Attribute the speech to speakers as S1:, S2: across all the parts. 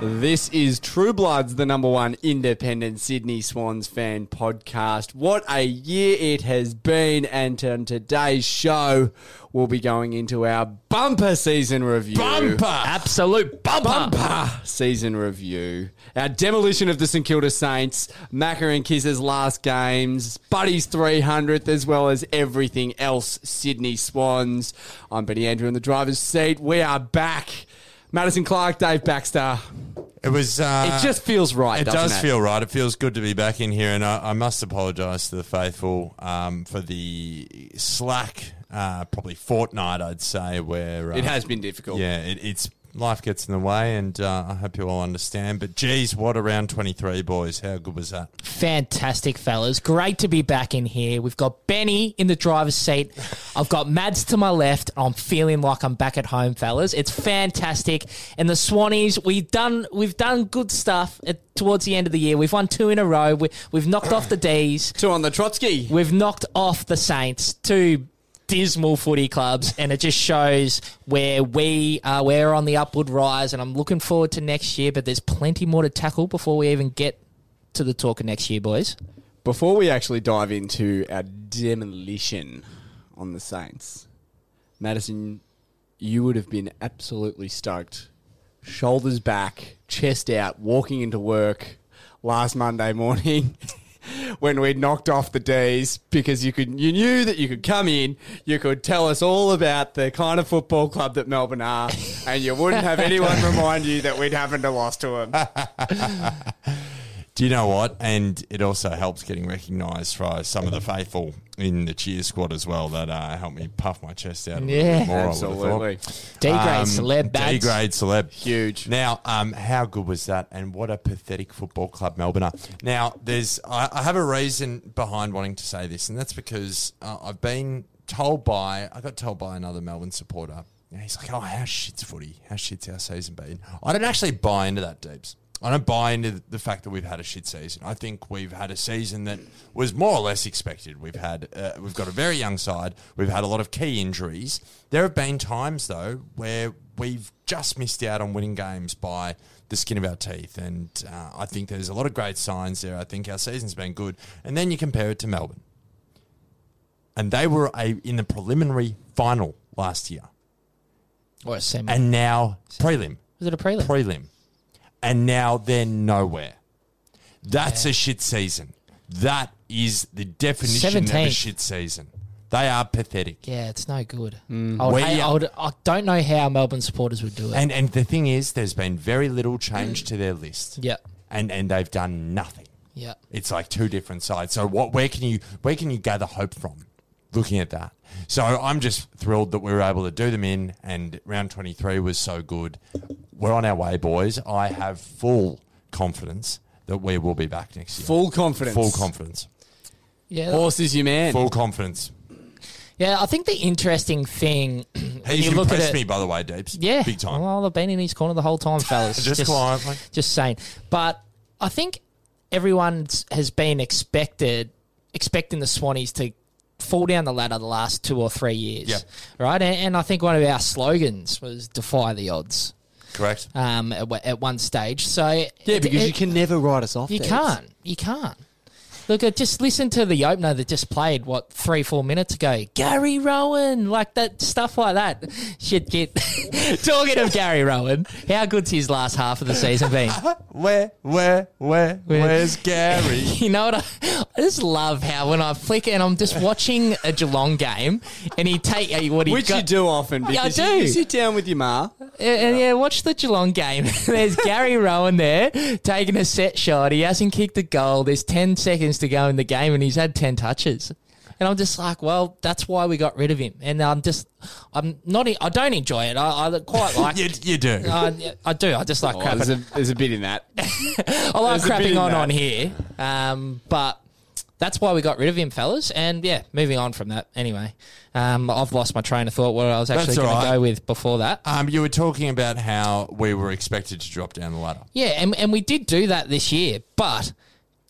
S1: This is True Bloods, the number one independent Sydney Swans fan podcast. What a year it has been, and on today's show, we'll be going into our bumper season review.
S2: Absolute bumper.
S1: Bumper season review. Our demolition of the St Kilda Saints, Macker and Kiss's last games, Buddy's 300th, as well as everything else Sydney Swans. I'm Benny Andrew in the driver's seat. We are back. Madison Clark, Dave Baxter.
S3: It was. Uh,
S1: It just feels right.
S3: It
S1: doesn't
S3: does feel right. It feels good to be back in here, and I, I must apologise to the faithful um, for the slack, uh, probably fortnight, I'd say, where uh,
S1: It has been difficult.
S3: Yeah, it, it's life gets in the way, and uh, I hope you all understand. But geez, what around twenty three, boys? How good was that?
S2: Fantastic, fellas. Great to be back in here. We've got Benny in the driver's seat. I've got Mads to my left. I'm feeling like I'm back at home, fellas. It's fantastic. And the Swannies, we've done we've done good stuff at, towards the end of the year. We've won two in a row. We, we've knocked off the D's.
S1: Two on the Trotsky.
S2: We've knocked off the Saints. Two dismal footy clubs, and it just shows where we are. We're on the upward rise, and I'm looking forward to next year. But there's plenty more to tackle before we even get to the talk of next year, boys.
S1: Before we actually dive into our demolition on the Saints, Madison, you would have been absolutely stoked. Shoulders back, chest out, walking into work last Monday morning. When we knocked off the D's because you could, you knew that you could come in, you could tell us all about the kind of football club that Melbourne are, and you wouldn't have anyone remind you that we'd happened to lost to them.
S3: Do you know what? And it also helps getting recognised by some of the faithful in the cheer squad as well that uh, helped me puff my chest out a little
S2: Yeah.
S3: bit more. I would've thought.
S1: Absolutely
S2: D grade
S3: Um,
S2: celeb
S3: D
S2: bads.
S3: grade celeb.
S1: huge.
S3: Now, um, how good was that? And what a pathetic football club Melbourne are. Now, there's I, I have a reason behind wanting to say this, and that's because uh, I've been told by I got told by another Melbourne supporter. And he's like, "Oh, how shit's footy? How shit's our season been?" I don't actually buy into that, Deeps. I don't buy into the fact that we've had a shit season. I think we've had a season that was more or less expected. We've had uh, we've got a very young side. We've had a lot of key injuries. There have been times though where we've just missed out on winning games by the skin of our teeth, and uh, I think there's a lot of great signs there. I think our season's been good, and then you compare it to Melbourne, and they were a, in the preliminary final last year,
S2: Or a semi.
S3: and now prelim
S2: Was it a prelim?
S3: prelim, and now they're nowhere. That's a shit season. That is the definition of a
S2: 17th.
S3: shit season. They are pathetic.
S2: yeah, it's no good. I, would
S3: Mm. We
S2: hate- I
S3: are-
S2: would- I don't know how Melbourne supporters would do it.
S3: And and the thing is, there's been very little change to their list.
S2: yeah,
S3: And and they've done nothing.
S2: yeah.
S3: It's like two different sides. So what where can you where can you gather hope from looking at that? So I'm just thrilled that we were able to do them in and round 23 was so good. We're on our way boys. I have full confidence that we will be back next year.
S1: Full confidence.
S3: Full confidence.
S2: Yeah,
S1: Horse is your man.
S3: Full confidence.
S2: yeah. I think the interesting thing when
S3: He's
S2: you look at
S3: impressed
S2: it,
S3: me by the way, Deeps.
S2: Yeah.
S3: Big time.
S2: Well, I've been in his corner the whole time, fellas.
S3: Just quietly.
S2: Just saying. But I think everyone has been expected, expecting the Swannies to fall down the ladder the last two or three years.
S3: Yep.
S2: Right? And, and I think one of our slogans was defy the odds
S3: Correct.
S2: um, at, wa- at one stage. So
S1: Yeah,
S2: it-
S1: because
S2: it-
S1: you can never write us off.
S2: You
S1: Debs.
S2: can't. You can't. Look, uh, just listen to the opener that just played, what, three, four minutes ago. Gary Rowan, like that stuff like that. Shit, get. Talking of Gary Rowan, how good's his last half of the season been?
S3: Where where where where's Gary?
S2: You know what? I, I just love how when I flick and I'm just watching a Geelong game and he take uh, what he
S1: Which
S2: got,
S1: you do often because
S2: I
S1: you- You,
S2: do.
S1: sit down with your ma.
S2: Yeah, yeah, watch the Geelong game. There's Gary Rowan there taking a set shot. He hasn't kicked a goal. There's 10 seconds to go in the game, and he's had 10 touches. And I'm just like, well, that's why we got rid of him. And I'm just, I'm not, I don't enjoy it. I, I quite like Uh,
S3: You,
S2: it.
S3: you do.
S2: I, I do. I just like
S1: Oh, there's,
S2: crapping.
S1: a, there's a bit in that.
S2: I like
S1: there's a bit in
S2: crapping on
S1: that.
S2: on here. Um, but that's why we got rid of him, fellas. And yeah, moving on from that. Anyway, um, I've lost my train of thought. What I was actually
S3: That's all
S2: going to
S3: right.
S2: go with before that.
S3: Um, you were talking about how we were expected to drop down the ladder.
S2: Yeah, and, and we did do that this year, but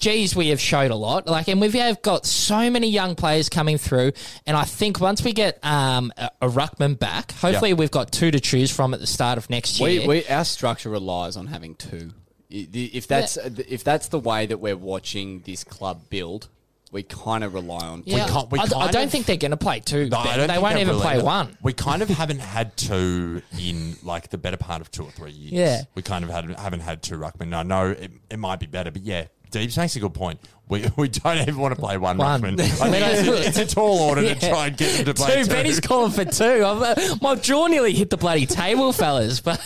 S2: geez, we have showed a lot. Like, and we have got so many young players coming through. And I think once we get um, a, a ruckman back, hopefully
S3: Yeah.
S2: we've got two to choose from at the start of next year.
S1: We, we, our structure relies on having two. I- the- If that's if that's the way that we're watching this club build, we kind of rely on. two.
S2: Yeah.
S3: can't- we
S2: I, I
S3: kind
S2: don't
S3: of-
S2: think they're going to play two.
S3: No, I
S2: Ben.
S3: don't
S2: they
S3: think
S2: won't
S3: they're
S2: even
S3: really-
S2: play one.
S3: We kind of haven't had two in like the better part of two or three years.
S2: Yeah.
S3: We kind of had, haven't had two ruckmen. I know it, it might be better, but yeah, Deeps makes a good point. We, we don't even want to play one,
S2: One.
S3: ruckman. I think it's, a, it's a tall order to
S2: Yeah.
S3: try and get them to play
S2: Two.
S3: two.
S2: Benny's calling for two. I'm, uh, my jaw nearly hit the bloody table, fellas. But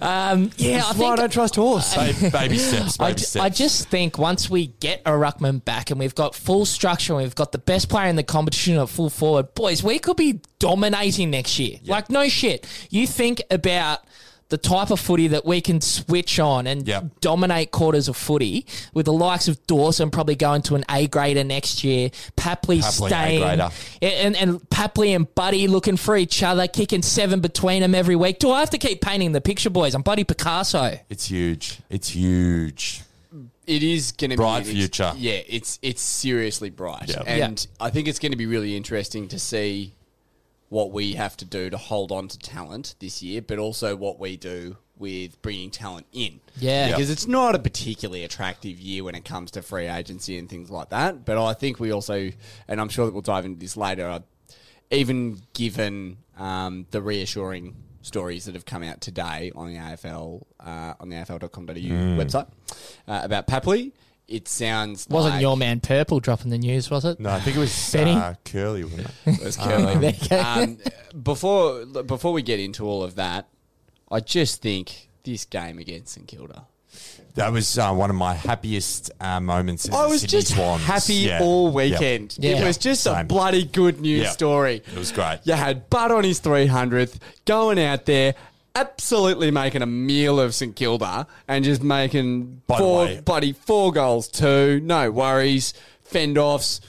S2: um, yeah, I think
S1: trust horse.
S3: Ba- baby steps, baby
S2: I, ju-
S3: steps.
S2: I just think once we get a ruckman back and we've got full structure and we've got the best player in the competition at full forward, boys, we could be dominating next year. Like no shit. You think about the type of footy that we can switch on and
S3: Yeah.
S2: dominate quarters of footy with the likes of Dawson probably going to an A grader next year, Papley,
S3: Papley,
S2: staying,
S3: A-grader.
S2: and, and Papley and Buddy looking for each other, kicking seven between them every week. Do I have to keep painting the picture, boys? I'm Buddy Picasso.
S3: it's huge. It's huge.
S1: It is going to
S3: Bright
S1: be an
S3: future.
S1: Yeah, it's it's seriously bright,
S3: Yeah.
S1: and I think it's going to be really interesting to see what we have to do to hold on to talent this year, but also what we do with bringing talent in.
S2: Yeah.
S1: because it's not a particularly attractive year when it comes to free agency and things like that. But I think we also, and I'm sure that we'll dive into this later. uh, Even given um, the reassuring stories that have come out today on the AFL uh, on the AFL.com.au website uh, about Papley, it sounds
S2: Wasn't
S1: like
S2: your man Purple dropping the news, was it?
S3: No, I think it was
S2: Benny?
S3: uh, Curly, wasn't it?
S1: Let's go.
S2: There you go.
S1: um, before before we get into all of that, I just think this game against St Kilda.
S3: That was uh, one of my happiest uh, moments. as a Sydney Swans.
S1: happy
S3: Yeah.
S1: all
S3: Yeah.
S1: weekend.
S2: Yeah.
S1: It was just a
S3: Same.
S1: bloody good news
S3: Yeah.
S1: story.
S3: It was great.
S1: You had Bud on his 300th, going out there, absolutely making a meal of St Kilda and just making
S3: By the
S1: four,
S3: way-
S1: buddy, four goals, two, no worries, fend offs.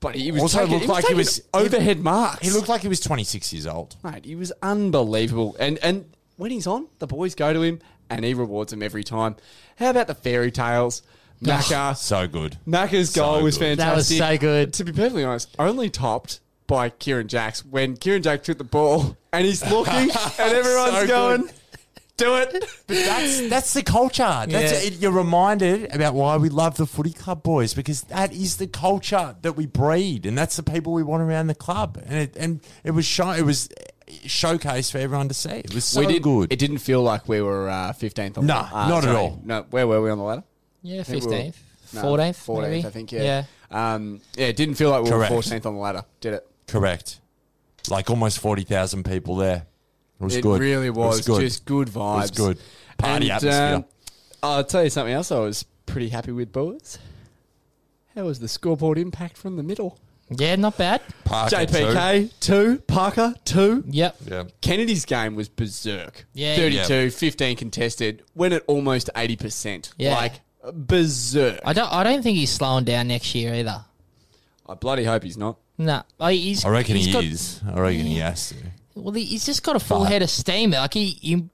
S1: But he was
S3: Also
S1: taking,
S3: looked
S1: he was
S3: like he
S1: taking
S3: was-
S1: overhead marks.
S3: He looked like he was 26 years old.
S1: Mate, he was unbelievable. And and when he's on, the boys go to him and he rewards them every time. How about the fairy tales? Macca.
S3: So good.
S1: Macca's
S3: So
S1: goal was
S3: good.
S1: fantastic.
S2: That was so good.
S1: To be perfectly honest, only topped by Kieran Jacks when Kieran Jacks took the ball and he's looking and everyone's
S3: So good.
S1: going, do it.
S3: That's that's the culture. That's
S2: Yeah.
S3: it, you're reminded about why we love the footy club boys because that is the culture that we breed, and that's the people we want around the club. And it, and it was show, it was showcased for everyone to see. It was so
S1: we did,
S3: good.
S1: It didn't feel like we were uh, 15th on
S3: Nah,
S1: the uh,
S3: not at
S1: sorry.
S3: all.
S1: No, where were we on the ladder?
S2: Yeah,
S1: think we were-
S2: fifteenth,
S1: No,
S2: fourteenth,
S1: 14th,
S2: maybe.
S1: I think, yeah. Yeah, um, yeah it didn't feel like we
S3: Correct.
S1: were 14th on the ladder, did it?
S3: Correct. Like almost forty thousand people there. It was
S1: it
S3: good.
S1: really
S3: It
S1: was,
S3: good.
S1: just good vibes.
S3: was good. Party
S1: And,
S3: atmosphere.
S1: um, I'll tell you something else. I was pretty happy with boys. How was the scoreboard impact from the middle?
S2: Yeah, not bad.
S3: Parker
S1: JPK two, Parker two.
S2: Yep.
S3: too. Yeah.
S1: Kennedy's game was berserk.
S2: Yeah.
S1: 32, 15 contested, went at almost 80%.
S2: Yeah.
S1: Like, berserk. I,
S2: I don't. I don't think he's slowing down next year either.
S1: bloody hope he's not.
S2: No, I he's.
S3: I reckon
S2: he's
S3: he
S2: got-
S3: is. I reckon he has to.
S2: Well, he- he's just got a full head of steam. Like he, he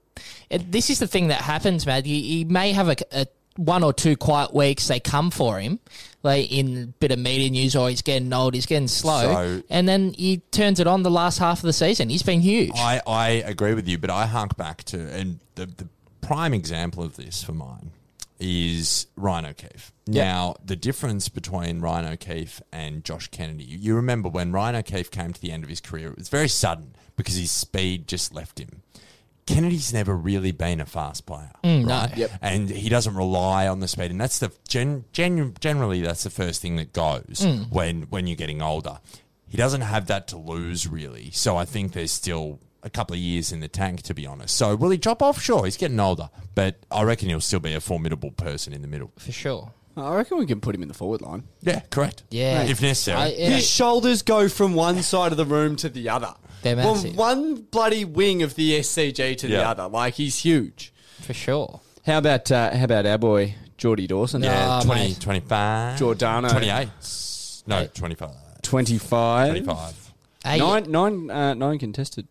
S2: it, this is the thing that happens, man. He, he may have a, a one or two quiet weeks. They come for him, like in a bit of media news, or he's getting old, he's getting slow,
S3: So-
S2: and then he turns it on the last half of the season. He's been huge.
S3: I, I agree with you, but I hark back to, and the, the prime example of this for mine is Ryan O'Keefe. Now, the difference between Ryan O'Keefe and Josh Kennedy, you- you remember when Ryan O'Keefe came to the end of his career, it was very sudden because his speed just left him. Kennedy's never really been a fast player,
S2: Mm,
S3: right?
S1: Yep.
S3: And he doesn't rely on the speed, and that's the gen, gen, generally that's the first thing that goes
S2: Mm.
S3: when when you're getting older. He doesn't have that to lose really, so I think there's still a couple of years in the tank to be honest. So will he drop off? Sure, he's getting older, but I reckon he'll still be a formidable person in the middle.
S2: for sure.
S1: I reckon we can put him in the forward line.
S3: Yeah, correct.
S2: Yeah.
S3: if necessary.
S2: I- yeah.
S1: His shoulders go from one side of the room to the other.
S2: They're
S1: From
S2: massive.
S1: one bloody wing of the SCG to the
S3: Yeah.
S1: other. Like he's huge.
S2: For sure.
S1: How about uh, how about our boy Geordie Dawson? Uh,
S3: Yeah,
S2: Oh,
S3: 20,
S2: mate.
S3: 25.
S1: Giordano.
S3: 28. No, 25.
S1: 25.
S3: 25.
S2: Hey,
S1: Nine, nine, uh, nine contested.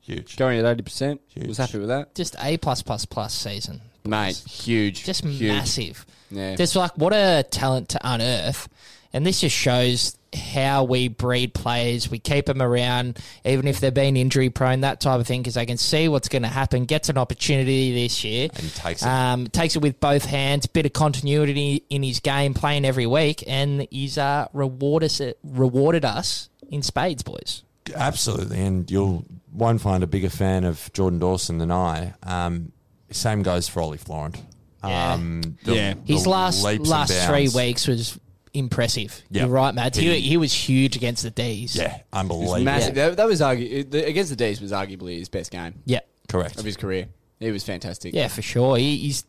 S3: Huge.
S1: Going at eighty percent.
S3: Huge.
S1: Was happy with that,
S2: Just A plus plus plus season.
S1: mate. Huge.
S2: Just
S1: huge.
S2: massive.
S1: Yeah.
S2: There's like what a talent to unearth. And this just shows how we breed players. We keep them around, even if they've been injury prone, that type of thing, because they can see what's going to happen. Gets an opportunity this year.
S3: And takes it.
S2: Um, takes it with both hands. Bit of continuity in his game, playing every week, and he's uh, reward us, rewarded us in spades, boys.
S3: Absolutely, and you'll won't find a bigger fan of Jordan Dawson than I. Um, same goes for Ollie Florent.
S2: Yeah.
S3: Um, the-
S1: Yeah.
S3: the
S2: His last
S3: leaps and
S2: last three
S3: bounds.
S2: weeks was impressive.
S3: Yeah.
S2: You're right, Mads. He,
S3: He-
S2: he was huge against the D's.
S3: Yeah,
S1: It's
S3: unbelievable.
S1: massive. That, that was argu- the, against the D's was arguably his best game
S2: Yeah.
S1: of
S3: Correct.
S1: his career. He was fantastic.
S2: Yeah, for sure. He, he's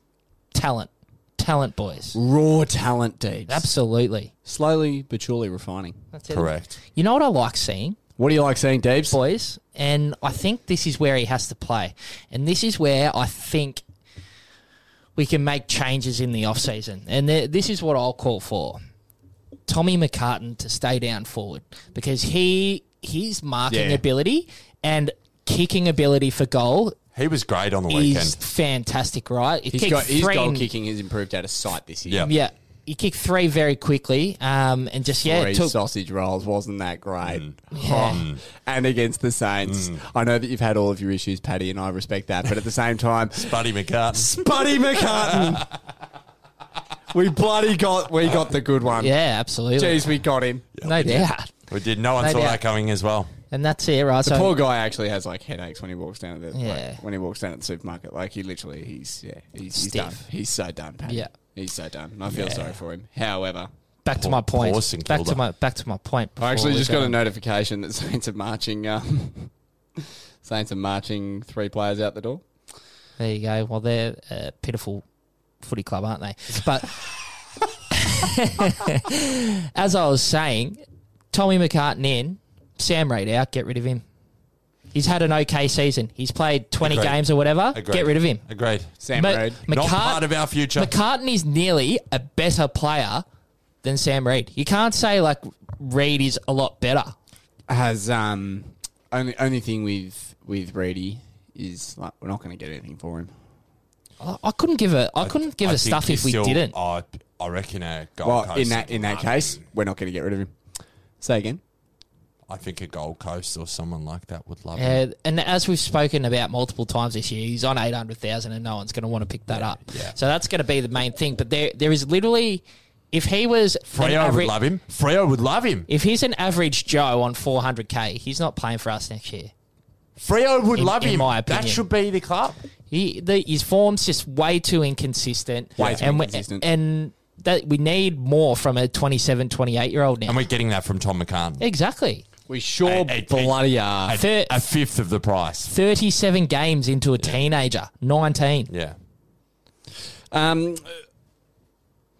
S2: talent, talent boys.
S1: Raw talent, Deeds.
S2: Absolutely.
S1: Slowly but surely refining.
S2: That's it.
S3: Correct.
S2: You know what I like seeing,
S1: What do you like seeing, Deebs?
S2: boys, and I think this is where he has to play, and this is where I think we can make changes in the off season, and th- this is what I'll call for. Tommy McCartan to stay down forward because he his marking
S1: Yeah.
S2: ability and kicking ability for goal
S3: He was great on the
S2: is
S3: weekend.
S2: fantastic, right? He
S1: He's
S2: kicked
S1: got, his
S2: three
S1: goal
S2: in-
S1: kicking has improved out of sight this year.
S3: Yeah.
S2: Yeah. He kicked three very quickly um, and just, yeah,
S1: Three
S2: took.
S1: sausage rolls wasn't that great.
S2: Yeah.
S1: And against the Saints, I know that you've had all of your issues, Paddy, and I respect that. But at the same time,
S3: Buddy McCartan.
S1: Buddy McCartan, we bloody got we got the good one.
S2: Yeah, absolutely.
S1: Jeez, we got him.
S2: no doubt.
S3: We did. No one
S2: No
S3: saw
S2: doubt.
S3: that coming as well.
S2: And that's it, right?
S1: The
S2: so,
S1: poor guy actually has like headaches when he walks down at the like,
S2: Yeah.
S1: when he walks down at the supermarket. Like he literally, he's yeah, he's, he's
S2: Stiff.
S1: done. He's so done, Paddy.
S2: Yeah.
S1: he's so done. I feel sorry for him. However,
S2: back to
S3: Poor-
S2: my point.
S3: poor St
S2: Back to
S3: Kilda.
S2: my back to my point.
S3: Oh,
S1: I actually
S2: before we
S1: just got
S2: go.
S1: a notification that Saints are marching. Um, Saints are marching three players out the door.
S2: There you go. Well, they're a pitiful footy club, aren't they? But as I was saying, Tommy McCartan in, Sam Reid out. Get rid of him. He's had an okay season. He's played twenty
S3: Agreed.
S2: games or whatever.
S3: Agreed.
S2: Get rid of him.
S3: Agreed.
S1: Sam
S2: Ma-
S1: Reid.
S3: Not
S2: McCart-
S3: part of our future.
S2: McCartan is nearly a better player than Sam Reid. You can't say like Reid is a lot better.
S1: has um only only thing with with Brady is like we're not going to get anything for him.
S2: I, I couldn't give a I couldn't give
S3: I
S2: a
S3: think
S2: stuff
S3: he's
S2: if we
S3: still-
S2: didn't.
S3: I, I reckon a Gold
S1: Well,
S3: Coast.
S1: in that in that
S3: I
S1: case,
S3: mean,
S1: we're not going to get rid of him. Say again.
S3: I think a Gold Coast or someone like that would love him.
S2: Uh, and as we've spoken about multiple times this year, he's on eight hundred thousand, and no one's going to want to pick that up.
S3: yeah.
S2: So that's going to be the main thing. But there, there is literally, if he was an
S3: Freo would
S2: average-
S3: love him. Freo would love him.
S2: if he's an average Joe on four hundred k, he's not playing for us next year.
S3: Freo would
S2: In-
S3: love
S2: in
S3: him.
S2: my
S3: That
S2: opinion.
S3: should be the club.
S2: He, the, his form's just way too inconsistent.
S1: Way too
S2: and we-
S1: inconsistent.
S2: and that we need more from a 27, 28 year old now.
S3: And we're getting that from Tom McCann.
S2: exactly.
S1: We sure
S3: Hey, hey,
S1: bloody are.
S2: Thir-
S3: A fifth of the price.
S2: 37 games into a teenager, 19.
S3: Yeah.
S1: Um,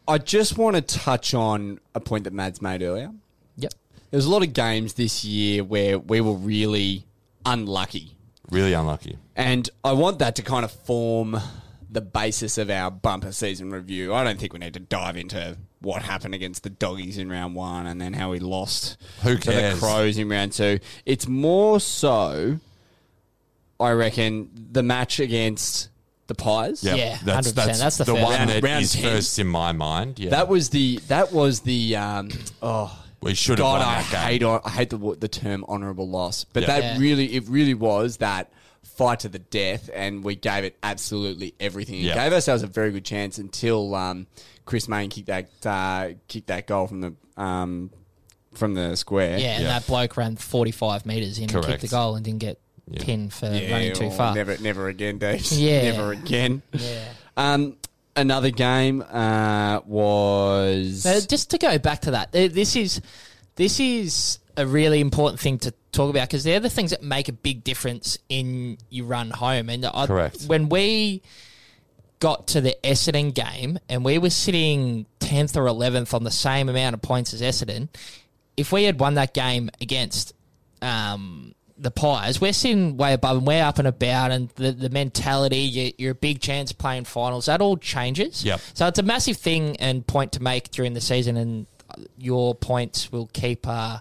S1: I just want to touch on a point that Mads made earlier.
S2: Yep.
S1: There's a lot of games this year where we were really unlucky.
S3: Really unlucky.
S1: And I want that to kind of form the basis of our bumper season review. I don't think we need to dive into what happened against the doggies in round one and then how we lost
S3: Who
S1: to the
S3: cares?
S1: crows in round two. It's more so, I reckon, the match against the Pies.
S2: Yeah, 100%. That's the
S3: the
S2: first
S3: one
S1: round.
S3: that
S1: Round
S3: is
S1: 10.
S3: first in my mind. Yeah,
S1: That was the that was the um, oh
S3: we should have
S1: God,
S3: won
S1: I
S3: that game.
S1: hate on, I hate the wo- the term honourable loss, but
S3: Yeah.
S1: that
S2: Yeah.
S1: really it really was that fight to the death, and we gave it absolutely everything. It
S3: Yeah.
S1: gave ourselves a very good chance until um, Chris Main kicked that uh, kicked that goal from the um, from the square.
S2: Yeah, and
S3: Yeah.
S2: that bloke ran 45 metres in and
S3: Correct.
S2: kicked the goal and didn't get pinned for
S1: Yeah,
S2: running too
S1: well,
S2: far.
S1: Never, never again, Dave.
S2: Yeah.
S1: never again.
S2: Yeah.
S1: Um, another game uh, was
S2: So just to go back to that, th- this is this is a really important thing to talk about because they're the things that make a big difference in your run home. And I,
S3: Correct.
S2: when we got to the Essendon game and we were sitting tenth or eleventh on the same amount of points as Essendon, if we had won that game against um, the Pies, we're sitting way above and we're up and about, and the, the mentality, you, you're a big chance of playing finals, that all changes.
S3: Yep.
S2: So it's a massive thing and point to make during the season, and your points will keep uh,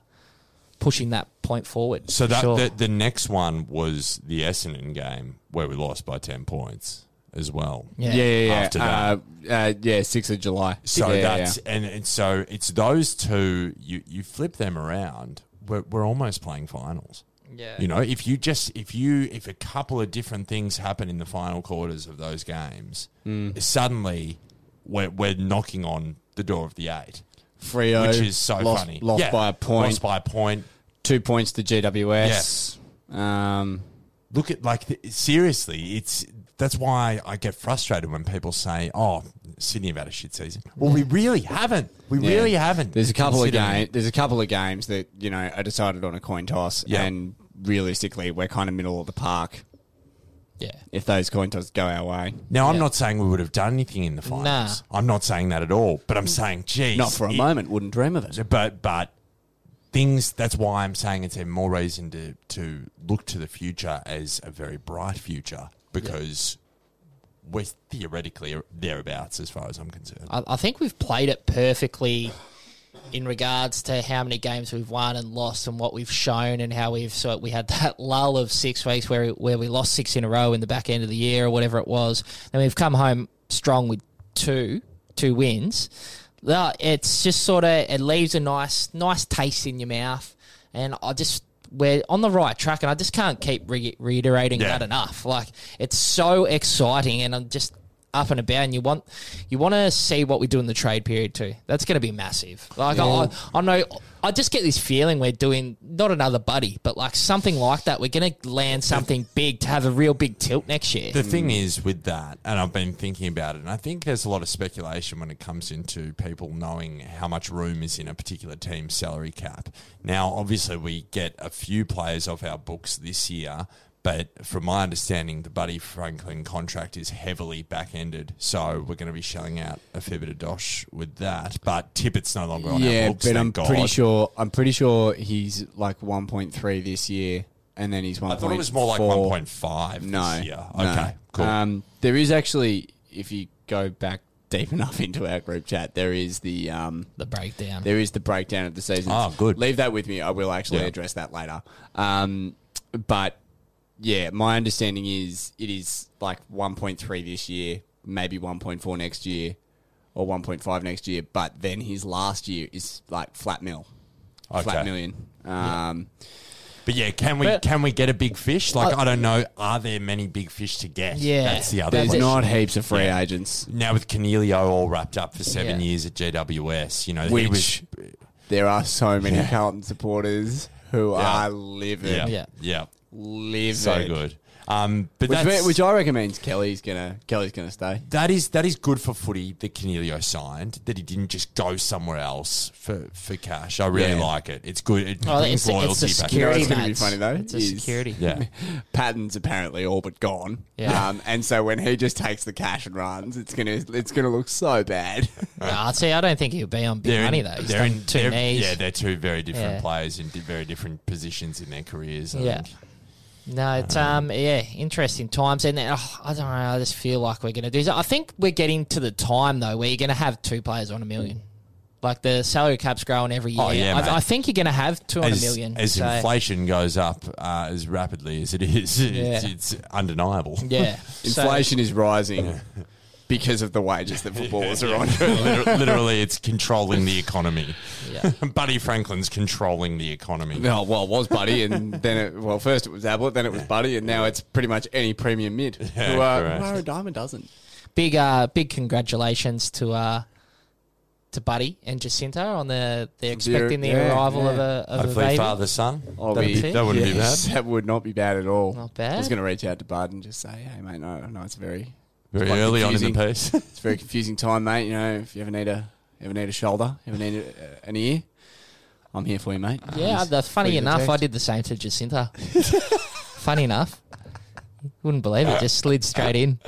S2: pushing that point forward.
S3: So
S2: for
S3: that
S2: sure.
S3: the, the next one was the Essendon game where we lost by ten points as well.
S1: Yeah, yeah, yeah.
S3: After that.
S1: Uh, uh, yeah, sixth of July.
S3: So
S1: yeah, yeah,
S3: that's And, and so it's those two. You you flip them around. We're, we're almost playing finals.
S2: Yeah.
S3: You know, if you just if you if a couple of different things happen in the final quarters of those games,
S1: Mm.
S3: suddenly we're we're knocking on the door of the eight,
S1: yeah. Frio,
S3: which is so
S1: lost,
S3: funny.
S1: Lost
S3: Yeah.
S1: by a point.
S3: Lost by a point.
S1: two points to GWS. Um,
S3: look at like th- seriously it's that's why i get frustrated when people say oh sydney have had a shit season well we really haven't we
S1: yeah.
S3: really haven't
S1: There's a couple of
S3: considering-
S1: games. There's a couple of games that you know are decided on a coin toss,
S3: Yeah.
S1: and realistically, we're kind of middle of the park.
S2: yeah.
S1: If those coin tosses go our way,
S3: now i'm
S2: Yeah.
S3: not saying we would have done anything in the finals i'm not saying that at all but i'm saying geez
S1: not for a
S3: it-
S1: moment, wouldn't dream of it.
S3: but but things that's why i'm saying it's even more reason to to look to the future as a very bright future because we're theoretically thereabouts as far as i'm concerned
S2: I, I think we've played it perfectly in regards to how many games we've won and lost and what we've shown and how we've so we had that lull of six weeks where where we lost six in a row in the back end of the year or whatever it was. Then we've come home strong with two two wins. Well, It's just sort of it leaves a nice nice taste in your mouth, and I just we're on the right track, and I just can't keep re- reiterating
S3: Yeah.
S2: that enough. Like it's so exciting, and I'm just up and about, and you want you want to see what we do in the trade period too. That's going to be massive. Like I, I know, I just get this feeling we're doing not another buddy, but like something like that. We're going to land something big to have a real big tilt next year.
S3: The thing
S1: Mm.
S3: is with that, and I've been thinking about it, and I think there's a lot of speculation when it comes into people knowing how much room is in a particular team's salary cap. Now, obviously, we get a few players off our books this year, but from my understanding, the Buddy Franklin contract is heavily back ended, so we're going to be shelling out a fair bit of dosh with that. But Tippett's no longer on
S1: yeah,
S3: our
S1: but
S3: books. thank
S1: I'm
S3: God.
S1: pretty sure. I'm pretty sure he's like 1.3 this year, and then he's 1.4.
S3: I thought it was more like 1.5
S1: No,
S3: this year.
S1: no.
S3: Okay, cool.
S1: Um, there is actually, if you go back deep enough into our group chat, there is the um,
S2: the breakdown.
S1: there is the breakdown of the season.
S3: Ah, good.
S1: Leave that with me. I will actually
S3: Yeah.
S1: address that later. Um, but yeah, my understanding is it is like 1.3 this year, maybe 1.4 next year, or 1.5 next year. But then his last year is like flat mil,
S3: Okay.
S1: flat million. Um,
S3: But yeah, can we
S2: But-
S3: can we get a big fish? Like I don't know, are there many big fish to get?
S2: Yeah.
S3: that's the other.
S1: There's
S3: question.
S1: not heaps of free agents.
S3: now with Canelio all wrapped up for seven
S2: Yeah.
S3: years at GWS. You know, he
S1: Which
S3: was
S1: there are so many Carlton supporters who
S3: Yeah.
S1: are livid,
S3: yeah,
S2: Yeah.
S3: yeah,
S1: livid.
S3: so good. Um, but
S1: Which,
S3: that's,
S1: which I recommend Kelly's gonna Kelly's gonna stay.
S3: that is that is good for footy that Canelio signed that he didn't just go somewhere else for, for cash. I really
S1: Yeah.
S3: like it. It's good. It
S2: Oh,
S3: brings
S2: it's, a- it's
S3: loyalty
S2: a
S3: back.
S1: You know
S2: security.
S1: what's gonna be
S2: mate.
S1: funny, though?
S2: It's a
S1: Is-
S2: security.
S3: Yeah,
S1: Patton's apparently all but gone.
S2: Yeah.
S1: Um, and so when he just takes the cash and runs, it's gonna it's gonna look so bad.
S2: Nah, see, I don't think he'll be on big money though. He's done two
S3: they're-
S2: knees.
S3: Yeah, they're two very different
S2: Yeah.
S3: players in di- very different positions in their careers. I
S2: Yeah.
S3: think.
S2: No,
S3: Uh,
S2: it's um, yeah, interesting times, and uh, I don't know. I just feel like we're gonna do. I think we're getting to the time though where you're gonna have two players on a million. Like the salary cap's growing every year.
S3: Oh, yeah, mate.
S2: I, I think you're gonna have two on
S3: as,
S2: a million.
S3: as
S2: so-
S3: inflation goes up uh, as rapidly as it is, it's, it's undeniable.
S2: yeah, So-
S1: Inflation is rising because of the wages that footballers are on.
S3: Liter- Literally, it's controlling the economy.
S2: yeah.
S3: Buddy Franklin's controlling the economy.
S1: No, well, it was Buddy, and then it, well, first it was Ablett, then it was Buddy, and now it's pretty much any premium mid who, are,
S3: correct.
S1: who are a dime a dozen.
S2: big uh big congratulations to uh to Buddy and Jacinta on the they're expecting the
S1: yeah,
S2: arrival of
S1: yeah.
S2: a of a
S3: Hopefully,
S2: baby.
S3: father son.
S1: Oh,
S2: That'd
S1: we-
S2: be sick.
S3: That wouldn't
S1: Yes,
S3: be bad.
S1: That would not be bad at all.
S2: Not
S1: I was
S2: bad.
S1: going to reach out to Bud and just say, hey, mate, no, no, it's very,
S3: Very
S1: quite
S3: early on in
S1: confusing.
S3: the piece.
S1: it's a very confusing time, mate. You know, if you ever need a, ever need a shoulder, ever need a, uh, an ear, I'm here for you, mate.
S2: Yeah,
S1: Just
S2: that's funny
S1: free to
S2: enough. I
S1: text.
S2: did the same to Jacinta. funny enough, wouldn't believe it. Just slid straight in.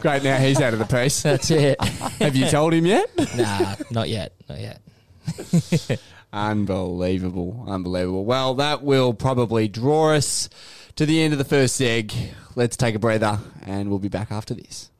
S1: Great, now he's out of the piece.
S2: That's it.
S1: Have you told him yet?
S2: nah, not yet. Not yet.
S1: Unbelievable. Unbelievable. Well, that will probably draw us to the end of the first egg. Let's take a breather and we'll be back after this.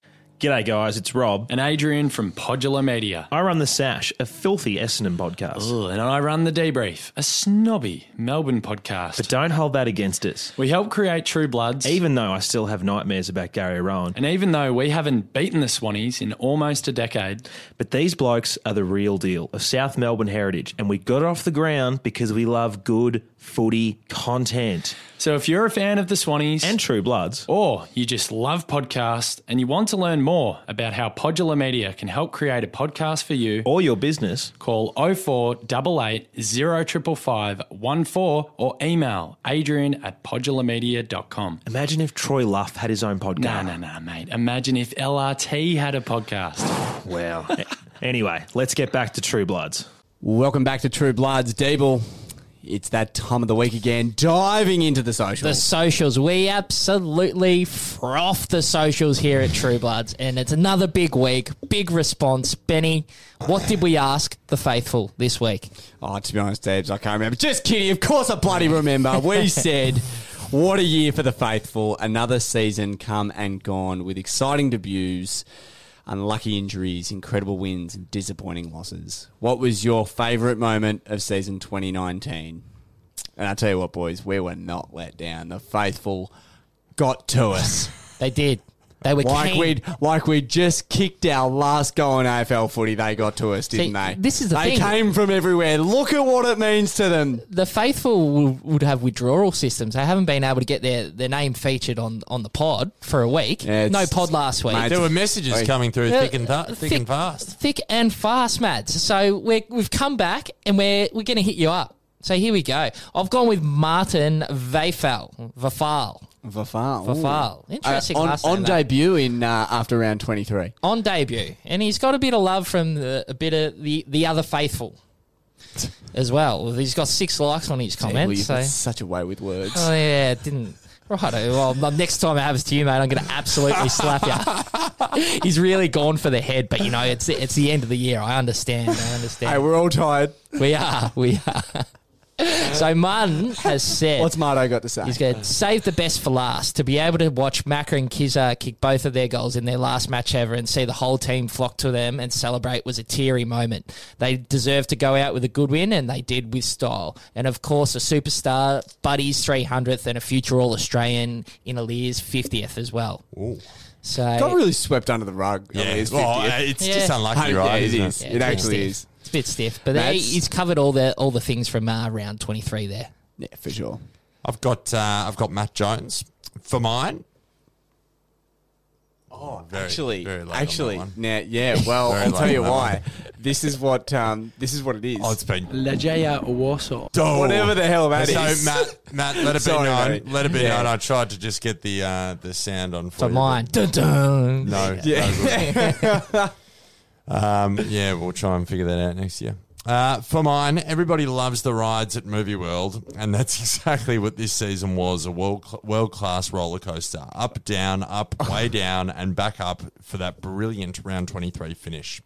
S4: G'day, guys. It's Rob.
S5: and Adrian from Podular Media.
S4: I run The Sash, a filthy Essendon podcast.
S5: Ugh, and I run The Debrief, a snobby Melbourne podcast.
S4: But don't hold that against us,
S5: we help create True Bloods,
S4: even though I still have nightmares about Gary Rowan.
S5: and even though we haven't beaten the Swannies in almost a decade,
S4: But these blokes are the real deal of South Melbourne heritage, and we got it off the ground because we love good footy content.
S5: so if you're a fan of the Swannies
S4: And True Bloods.
S5: or you just love podcasts and you want to learn more about how Podular Media can help create a podcast for you,
S4: Or your business,
S5: call 0488 0555 14 or email adrian at podularmedia.com.
S4: imagine if Troy Luff had his own
S5: No,
S4: podcast.
S5: no, no, mate. Imagine if LRT had a podcast.
S4: Wow. anyway, let's get back to True Bloods.
S1: Welcome back to True Bloods, Deeble. It's that time of the week again, diving into the
S2: The
S1: socials.
S2: socials. We absolutely froth the socials here at True Bloods, and it's another big week, big response. Benny, what did we ask the faithful this week?
S1: oh, to be honest, Debs, I can't remember. Just kidding. Of course, I bloody remember. We said, what a year for the faithful. Another season come and gone with exciting debuts, unlucky injuries, incredible wins, and disappointing losses. What was your favourite moment of season 2019? And I tell you what, boys, we were not let down. The faithful got to us.
S2: They did. They were
S1: Like
S2: keen.
S1: we'd like we just kicked our last goal in AFL footy, they got to us, didn't they?
S2: this is the
S1: they
S2: thing.
S1: came from everywhere. Look at what it means to them.
S2: the faithful w- would have withdrawal systems. They haven't been able to get their, their name featured on, on the pod for a week.
S1: Yeah, it's-
S2: no pod last week.
S1: Mate,
S3: There were messages
S1: Wait.
S3: coming through
S2: Uh,
S3: thick and, th- thick and fast.
S2: Thick and fast, Mads. So we're, we've come back and we're, we're going to hit you up. So here we go. I've gone with Martin Vafal. Vafal.
S1: Vafal.
S2: Vafal.
S3: Uh,
S2: Interesting
S1: Uh, on
S2: last name, eh?
S1: on
S2: though.
S1: debut in uh, after round twenty three.
S2: on debut, and he's got a bit of love from the, a bit of the, the other faithful as well. He's got six likes on his comment.
S1: You've
S2: So,
S1: got such a way with words.
S2: oh yeah, it didn't. Right. Well, the next time it happens to you, mate, I'm going to absolutely slap you. he's really gone for the head, but you know, it's it's the end of the year. I understand. I
S1: hey,
S2: understand.
S1: we're all tired.
S2: we are. We are. so Martin has said.
S1: What's Mardo got to say?
S2: He's going to save the best for last. To be able to watch Macca and Kizza kick both of their goals in their last match ever and see the whole team flock to them and celebrate was a teary moment. They deserved to go out with a good win, and they did with style. And of course, a superstar, Buddy's 300th, and a future All Australian in Alir's 50th as well. So,
S1: got really swept under the rug. Yeah,
S3: Yeah,
S1: it's
S3: well,
S1: 50th.
S3: uh, it's
S2: Yeah.
S3: just
S1: Hey,
S3: unlucky,
S1: yeah,
S3: right?
S1: it
S3: isn't
S1: is.
S2: Yeah,
S1: it
S2: it's a bit
S1: actually
S2: stiff.
S1: is.
S2: It's a bit stiff, but there,
S1: Mads?
S2: he's covered all the all the things from uh, round 23 there.
S1: Yeah, for sure.
S3: I've got uh, I've got Matt Jones for mine. Oh, very,
S1: Actually,
S3: very late on that
S1: actually,
S3: one.
S1: now, yeah. Well,
S3: Very
S1: I'll
S3: late
S1: tell you
S3: on that
S1: why. This is what um, this is what it is.
S3: oh, it's been
S5: Legeia Warsaw.
S3: dull.
S1: Whatever the hell that
S3: so
S1: is.
S3: Matt, Matt, let it be
S1: Sorry,
S3: known.
S1: mate.
S3: Let it be
S1: Yeah.
S3: known. I tried to just get the uh, the sound on for,
S2: For
S3: you,
S2: mine. Dun, dun.
S3: but No,
S1: Yeah.
S3: no. um, yeah, we'll try and figure that out next year. Uh, for mine, everybody loves the rides at Movie World, and that's exactly what this season was—a world world class roller coaster, up, down, up, way down, and back up for that brilliant round twenty three finish.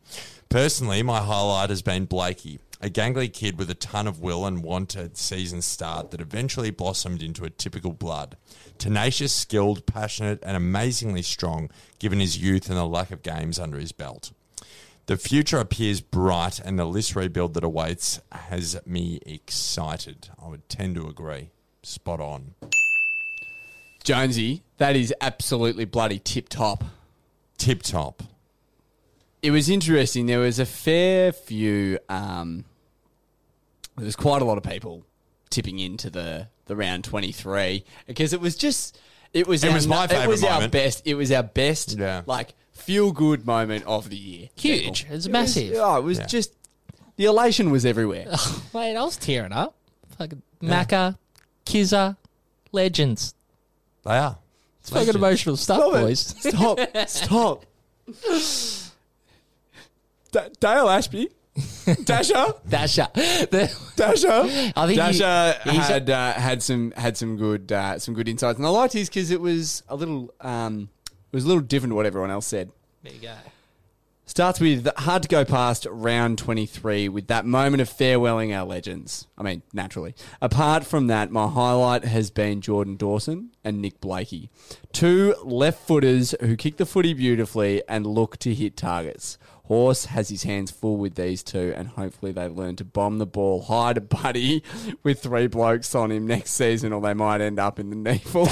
S3: Personally, my highlight has been Blakey, a gangly kid with a ton of will and want at season start that eventually blossomed into a typical blood. Tenacious, skilled, passionate, and amazingly strong, given his youth and the lack of games under his belt. The future appears bright, and the list rebuild that awaits has me excited. I would tend to agree. Spot on.
S1: Jonesy, that is absolutely bloody tip top.
S3: Tip top.
S1: It was interesting. There was a fair few. Um, there was quite a lot of people tipping into the the round twenty three because it was just it was
S3: It
S1: our,
S3: was my
S1: it
S3: favourite
S1: was our
S3: moment.
S1: best it was our best
S3: Yeah.
S1: like feel good moment of the year.
S2: Huge.
S1: people.
S2: It's
S1: It was-
S2: massive.
S1: oh, it was
S3: Yeah.
S1: just the elation was everywhere.
S2: Mate, I was tearing up. Fucking Macca, Kizza, legends.
S3: They are.
S2: It's fucking emotional stuff,
S1: Stop it.
S2: boys.
S1: Stop. Stop. D- Dale Ashby. Dasher.
S2: Dasher. The-
S1: Dasher.
S2: I think
S1: Dasher
S2: he- he's a-
S1: had uh, had some had some good uh, some good insights, and I liked his because it was a little um, it was a little different to what everyone else said.
S2: there you go.
S1: Starts with hard to go past round 23 with that moment of farewelling our legends. I mean, naturally. Apart from that, my highlight has been Jordan Dawson and Nick Blakey. Two left footers who kick the footy beautifully and look to hit targets. Horse has his hands full with these two, and hopefully they learn to bomb the ball high to Buddy with three blokes on him next season, or they might end up in the Neville.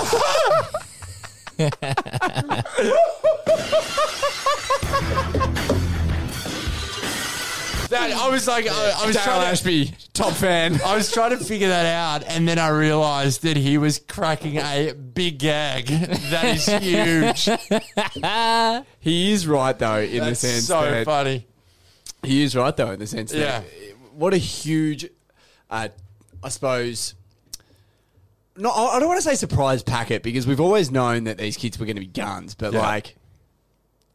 S3: That I was like, I, I was
S1: Dale
S3: trying to.
S1: Ashby, top fan.
S3: I was trying to figure that out, and then I realized that he was cracking a big gag. That is huge.
S1: He is right though in
S3: That's
S1: the sense
S3: so
S1: that
S3: funny.
S1: he is right though in the sense
S3: Yeah.
S1: that what a huge, uh, I suppose. No, I I don't want to say surprise packet because we've always known that these kids were going to be guns, but
S3: Yeah.
S1: like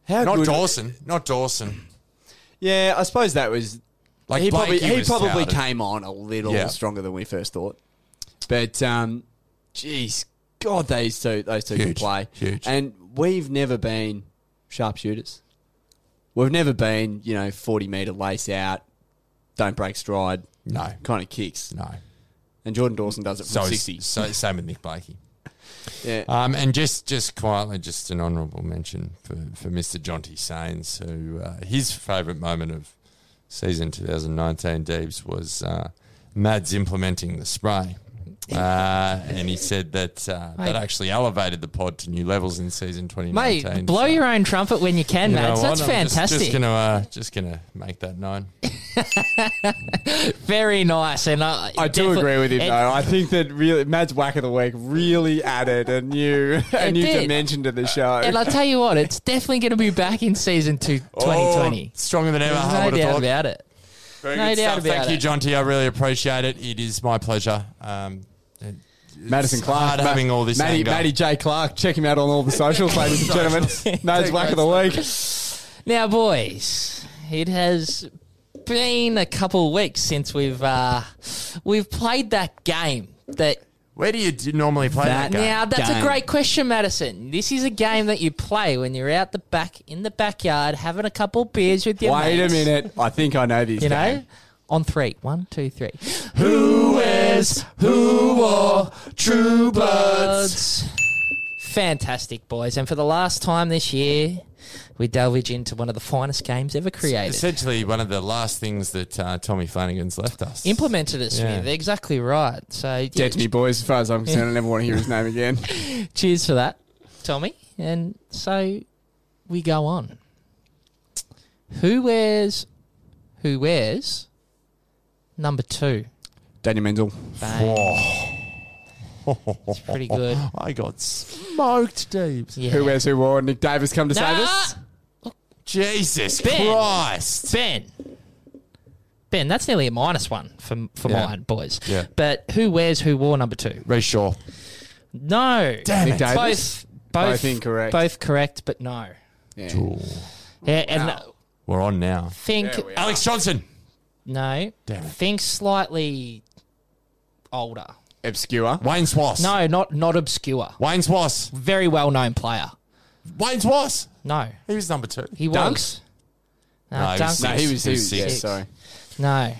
S1: how
S3: Not
S1: good-
S3: Dawson. Not Dawson.
S1: Yeah, I suppose that was
S3: Like
S1: he probably
S3: Blakey
S1: he
S3: was
S1: probably
S3: touted.
S1: came on a little
S3: Yeah.
S1: stronger than we first thought. But um jeez, God, these two those two can
S3: Huge,
S1: play.
S3: huge.
S1: And we've never been sharpshooters. We've never been, you know, forty meter lace out, don't break stride
S3: No,
S1: kind of kicks.
S3: no.
S1: And Jordan Dawson does it from
S3: So it's-
S1: sixty.
S3: So same with Nick Blakey.
S1: Yeah.
S3: Um, and just just quietly, just an honourable mention for, for Mr. Jonty Sains, who uh, his favourite moment of season 2019 Deebs was uh, Mads implementing the spray. Uh, and he said that uh, that
S2: Mate.
S3: actually elevated the pod to new levels in season 2019.
S2: Mate, blow
S3: So,
S2: your own trumpet when you can,
S3: you know
S2: Mads.
S3: what?
S2: That's
S3: I'm just-
S2: fantastic.
S3: Just, gonna uh, just gonna make that known.
S2: Very nice. And I,
S1: I do
S2: defi-
S1: agree with him
S2: it-
S1: though. I think that really Mad's whack of the week really added a new a
S2: It
S1: new
S2: did.
S1: dimension to the show.
S2: And I'll tell you what, it's definitely going to be back in season two, 2020.
S3: Oh, stronger than ever. I
S2: There's
S3: would
S2: no
S3: have
S2: doubt
S3: thought.
S2: about it.
S3: Very
S2: No
S3: good
S2: doubt
S3: stuff.
S2: about
S3: Thank you,
S2: it.
S3: John T. I really appreciate it. It is my pleasure. Um, it-
S1: Madison
S3: it's
S1: Clark
S3: hard
S1: Ma-
S3: having all this
S1: Matty,
S3: anger.
S1: Matty J Clark, check him out on all the socials, ladies and gentlemen. Mads whack of the week.
S2: Now, boys, it has been a couple of weeks since we've uh, we've played that game. That
S3: Where do you d- normally play that, game?
S2: now, that's
S1: Game.
S2: a great question, Madison. This is a game that you play when you're out the back in the backyard having a couple of beers with your
S1: Wait a
S2: mates,
S1: minute, I think I know these.
S2: You know,
S1: game.
S2: on three, one, two, three.
S3: Who is who are true
S2: Bloods. Fantastic, boys. And for the last time this year, we delvage into one of the finest games ever created.
S3: Essentially, one of the last things that uh, Tommy Flanagan's left us.
S2: Implemented it, Smith.
S3: Yeah.
S2: Exactly right. So, yeah,
S1: Dead to me, boys. As far as I'm concerned, I never want to hear his name again.
S2: cheers for that, Tommy. And so we go on. Who wears, who wears number two?
S1: Daniel Menzel.
S2: Bang. It's pretty
S3: Oh,
S2: good.
S3: I got smoked, Deebs.
S2: Yeah.
S1: Who wears who wore? Nick Davis come to
S2: Nah!
S1: save us.
S3: Jesus
S2: Ben.
S3: Christ.
S2: Ben. Ben, that's nearly a minus one for for
S3: Yeah.
S2: mine, boys.
S3: Yeah.
S2: But who wears who wore number two?
S3: Ray Shaw.
S2: No.
S3: Damn
S1: Nick
S3: it.
S1: Davis.
S2: Both, both
S1: Both incorrect.
S2: Both correct, but no.
S1: Yeah.
S2: Yeah, and
S3: We're on now.
S2: think
S1: There we are.
S3: Alex Johnson.
S2: no.
S3: Damn it.
S2: Think slightly older.
S1: Obscure.
S3: Wayne Swass.
S2: No, not not obscure.
S3: Wayne Swass.
S2: Very well known player.
S3: Wayne Swass.
S2: No.
S3: He was number two.
S2: He
S1: Dunks?
S2: was. No,
S3: No, he was
S2: Dunks.
S1: No, he was. He was
S3: Six.
S1: yeah,
S2: Six.
S1: sorry.
S2: No.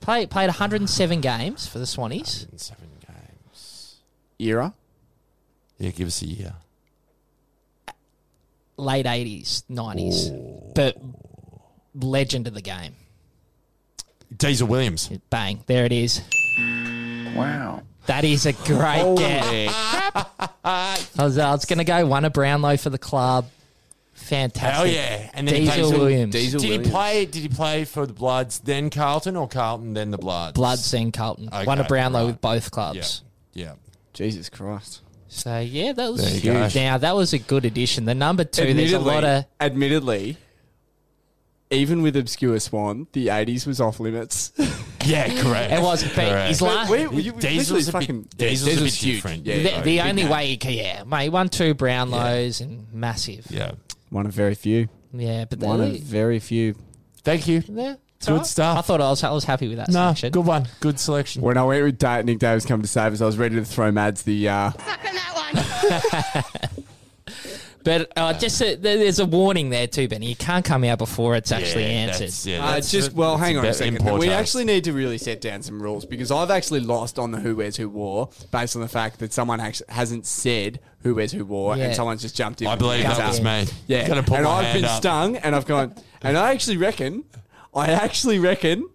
S2: Play, played 107 games for the Swannies.
S3: Seven games.
S1: Era.
S3: Yeah, give us a year.
S2: late eighties, nineties, but legend of the game.
S3: Diesel Williams.
S2: Bang! There it is. Wow, that is a great get. I was, I was going to go one a Brownlow for the club.
S3: Hell
S2: Fantastic.
S3: yeah! And then
S2: Diesel Williams,
S1: Diesel
S3: Did
S1: Williams.
S3: he play? Did he play for the Bloods then Carlton or Carlton then the Bloods?
S2: Blood scene Carlton.
S3: Okay,
S2: one a Brownlow
S3: right.
S2: with both
S3: Yeah,
S2: clubs.
S3: yeah.
S1: Jesus Christ.
S2: So yeah, that was
S3: There you go.
S2: huge. Now that was a good addition. The number two. There's a lot of
S1: admittedly, even with obscure Swan, the '80s was off limits.
S3: Yeah, correct.
S2: it was. But
S3: Correct.
S2: his last.
S1: We- we- we literally
S3: Diesel's a
S1: fucking-
S3: bit, Diesel's,
S1: Diesel's
S3: a bit
S1: huge.
S3: different.
S1: Yeah.
S2: the, the
S1: big
S2: only
S1: name.
S2: way he could, yeah, mate, one, two Brownlows and massive. Yeah,
S3: yeah.
S1: One of very few.
S2: but
S1: One of
S2: the,
S1: very few.
S3: Thank you.
S2: Yeah, it's
S3: Good
S2: alright.
S3: stuff.
S2: I thought I was I was happy with that
S3: No,
S2: selection.
S3: good one. Good selection.
S1: When I went with da- Nick Davis come to save us, I was ready to throw Mads the uh,
S6: Suck on that one.
S2: But uh, just a, there- there's a warning there too, Benny. You can't come out before it's actually answered.
S3: That's, yeah,
S1: Uh,
S3: that's-
S1: just well,
S3: that's
S1: hang on a
S3: about
S1: second.
S3: import
S1: We
S3: tax.
S1: actually need to really set down some rules because I've actually lost on the who wears who wore based on the fact that someone actually hasn't said who wears who wore
S2: Yeah.
S1: and someone's just jumped in.
S3: I
S1: with
S3: believe
S1: the
S2: Yeah.
S3: that
S1: answer.
S3: was me.
S1: Yeah,
S3: Gotta put
S1: and
S3: my
S1: I've
S3: hand
S1: been
S3: up.
S1: stung, and I've gone, and I actually reckon, I actually reckon.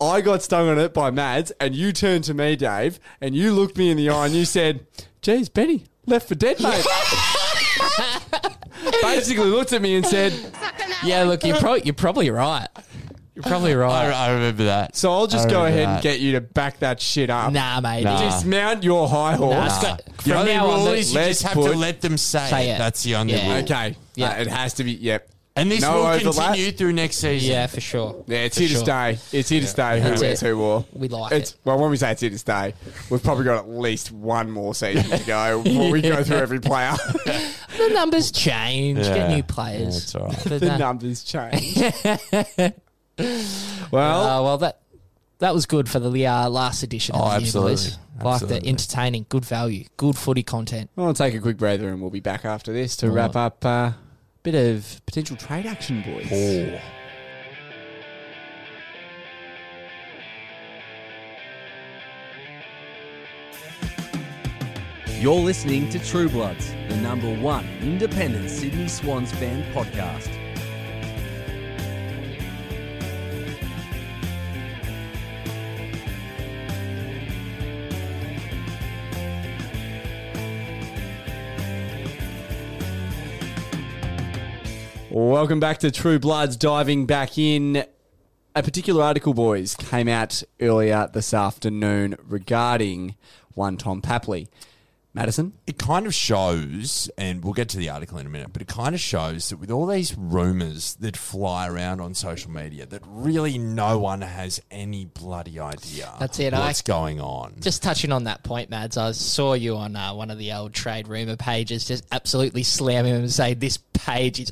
S1: I got stung on it by Mads, and you turned to me, Dave, and you looked me in the eye and you said, Geez, Benny, left for dead, mate. Basically looked at me and said,
S2: Yeah, look, you're, pro- you're probably right. You're probably
S3: I,
S2: right.
S3: I remember that.
S1: So I'll just
S3: I
S1: go
S3: remember
S1: ahead
S3: that.
S1: and get you to back that shit up.
S2: Nah, mate.
S3: Nah.
S2: Just
S1: Dismount your high horse.
S2: Nah, it's got-
S3: The
S2: from
S3: only
S2: now on,
S3: rule
S2: let-
S3: is you
S1: let's
S3: just have to
S1: put-
S3: let them say,
S2: Say
S3: it.
S2: it.
S3: That's the only
S2: Yeah.
S3: rule.
S1: Okay.
S2: Yeah.
S1: Yeah. it has to be. Yep.
S3: And this
S1: No
S3: will
S1: overlap.
S3: continue through next season.
S2: yeah, for sure.
S1: Yeah, it's
S2: For
S1: here
S2: sure.
S1: to stay. It's here to stay. Who
S2: That's
S1: wears
S2: it.
S1: who war?
S2: We like
S1: it's,
S2: it.
S1: Well, when we say it's here to stay, we've probably got at least one more season to go before we go through every player.
S2: The numbers change. Get
S3: Yeah.
S2: new players.
S3: That's all right.
S2: But,
S1: the
S2: uh,
S1: numbers change. well,
S2: Uh, well, that that was good for the uh, last edition. Of
S3: Oh,
S2: the year,
S3: absolutely.
S2: boys. Like the
S3: Absolutely.
S2: entertaining, good value, good footy content.
S1: I'll take a quick breather and we'll be back after this to wrap up a uh, bit of potential trade action, boys.
S6: You're listening to True Bloods, the number one independent Sydney Swans fan podcast.
S1: Welcome back to True Bloods. Diving back in, a particular article, boys, came out earlier this afternoon regarding one Tom Papley. Madison,
S3: it kind of shows, and we'll get to the article in a minute, but it kind of shows that with all these rumors that fly around on social media, that really no one has any bloody idea.
S2: That's it,
S3: What's
S2: I-
S3: going on?
S2: Just touching on that point, Mads, I saw you on uh, one of the old trade rumor pages just absolutely slam him and say, This page is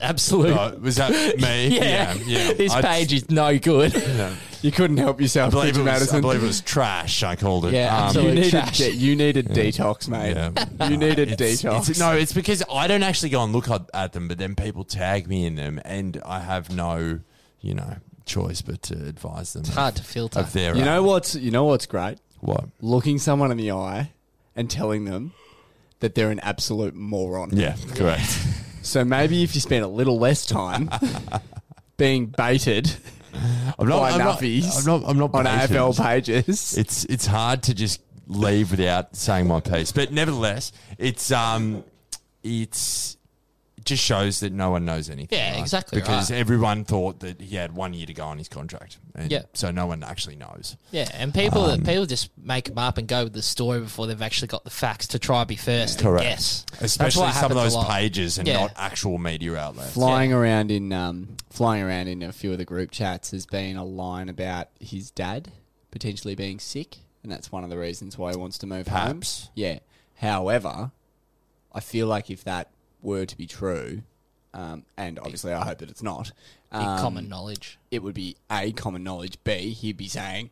S2: absolute.
S3: Oh, was that me?
S2: yeah,
S3: yeah.
S2: This
S3: I-
S2: page is no good.
S1: you couldn't help yourself,
S3: I believe,
S1: could
S3: it
S1: you,
S3: was, I
S1: Madison?
S3: believe it was trash. I called it.
S2: Yeah,
S1: you
S2: absolutely.
S1: need a
S2: Trash.
S1: de- you need a detox, mate.
S3: Yeah.
S1: You need a
S3: It's-
S1: detox.
S3: it's- no, it's because I don't actually go and look at, at them, but then people tag me in them, and I have no, you know, choice but to advise them. It's
S2: hard to filter.
S3: Of their,
S1: you
S3: own.
S1: know what's you know what's great?
S3: what?
S1: Looking someone in the eye and telling them that they're an absolute moron.
S3: Yeah, correct.
S1: So maybe if you spend a little less time being baited
S3: I'm not.
S1: by
S3: I'm not,
S1: nuffies
S3: I'm not. I'm not
S1: on
S3: patient.
S1: AFL pages.
S3: It's it's hard to just leave without saying my piece, but nevertheless, it's um, it's it just shows that no one knows anything.
S2: Yeah, exactly
S3: Because
S2: right.
S3: everyone thought that he had one year to go on his contract, and
S2: Yeah.
S3: so no one actually knows.
S2: Yeah, and people
S3: Um,
S2: people just make them up and go with the story before they've actually got the facts to try and be first. and
S3: Correct.
S2: guess. That's
S3: Especially
S2: what
S3: some of
S2: happens a
S3: those
S2: lot.
S3: pages and
S2: Yeah.
S3: not actual media outlets.
S1: flying around in um, flying around in a few of the group chats has been a line about his dad potentially being sick, and that's one of the reasons why he wants to move
S3: Perhaps.
S1: home. Yeah. However, I feel like if that were to be true, um, and obviously I hope that it's not,
S2: Big
S1: um,
S2: common knowledge.
S1: it would be a common knowledge. B, he'd be saying,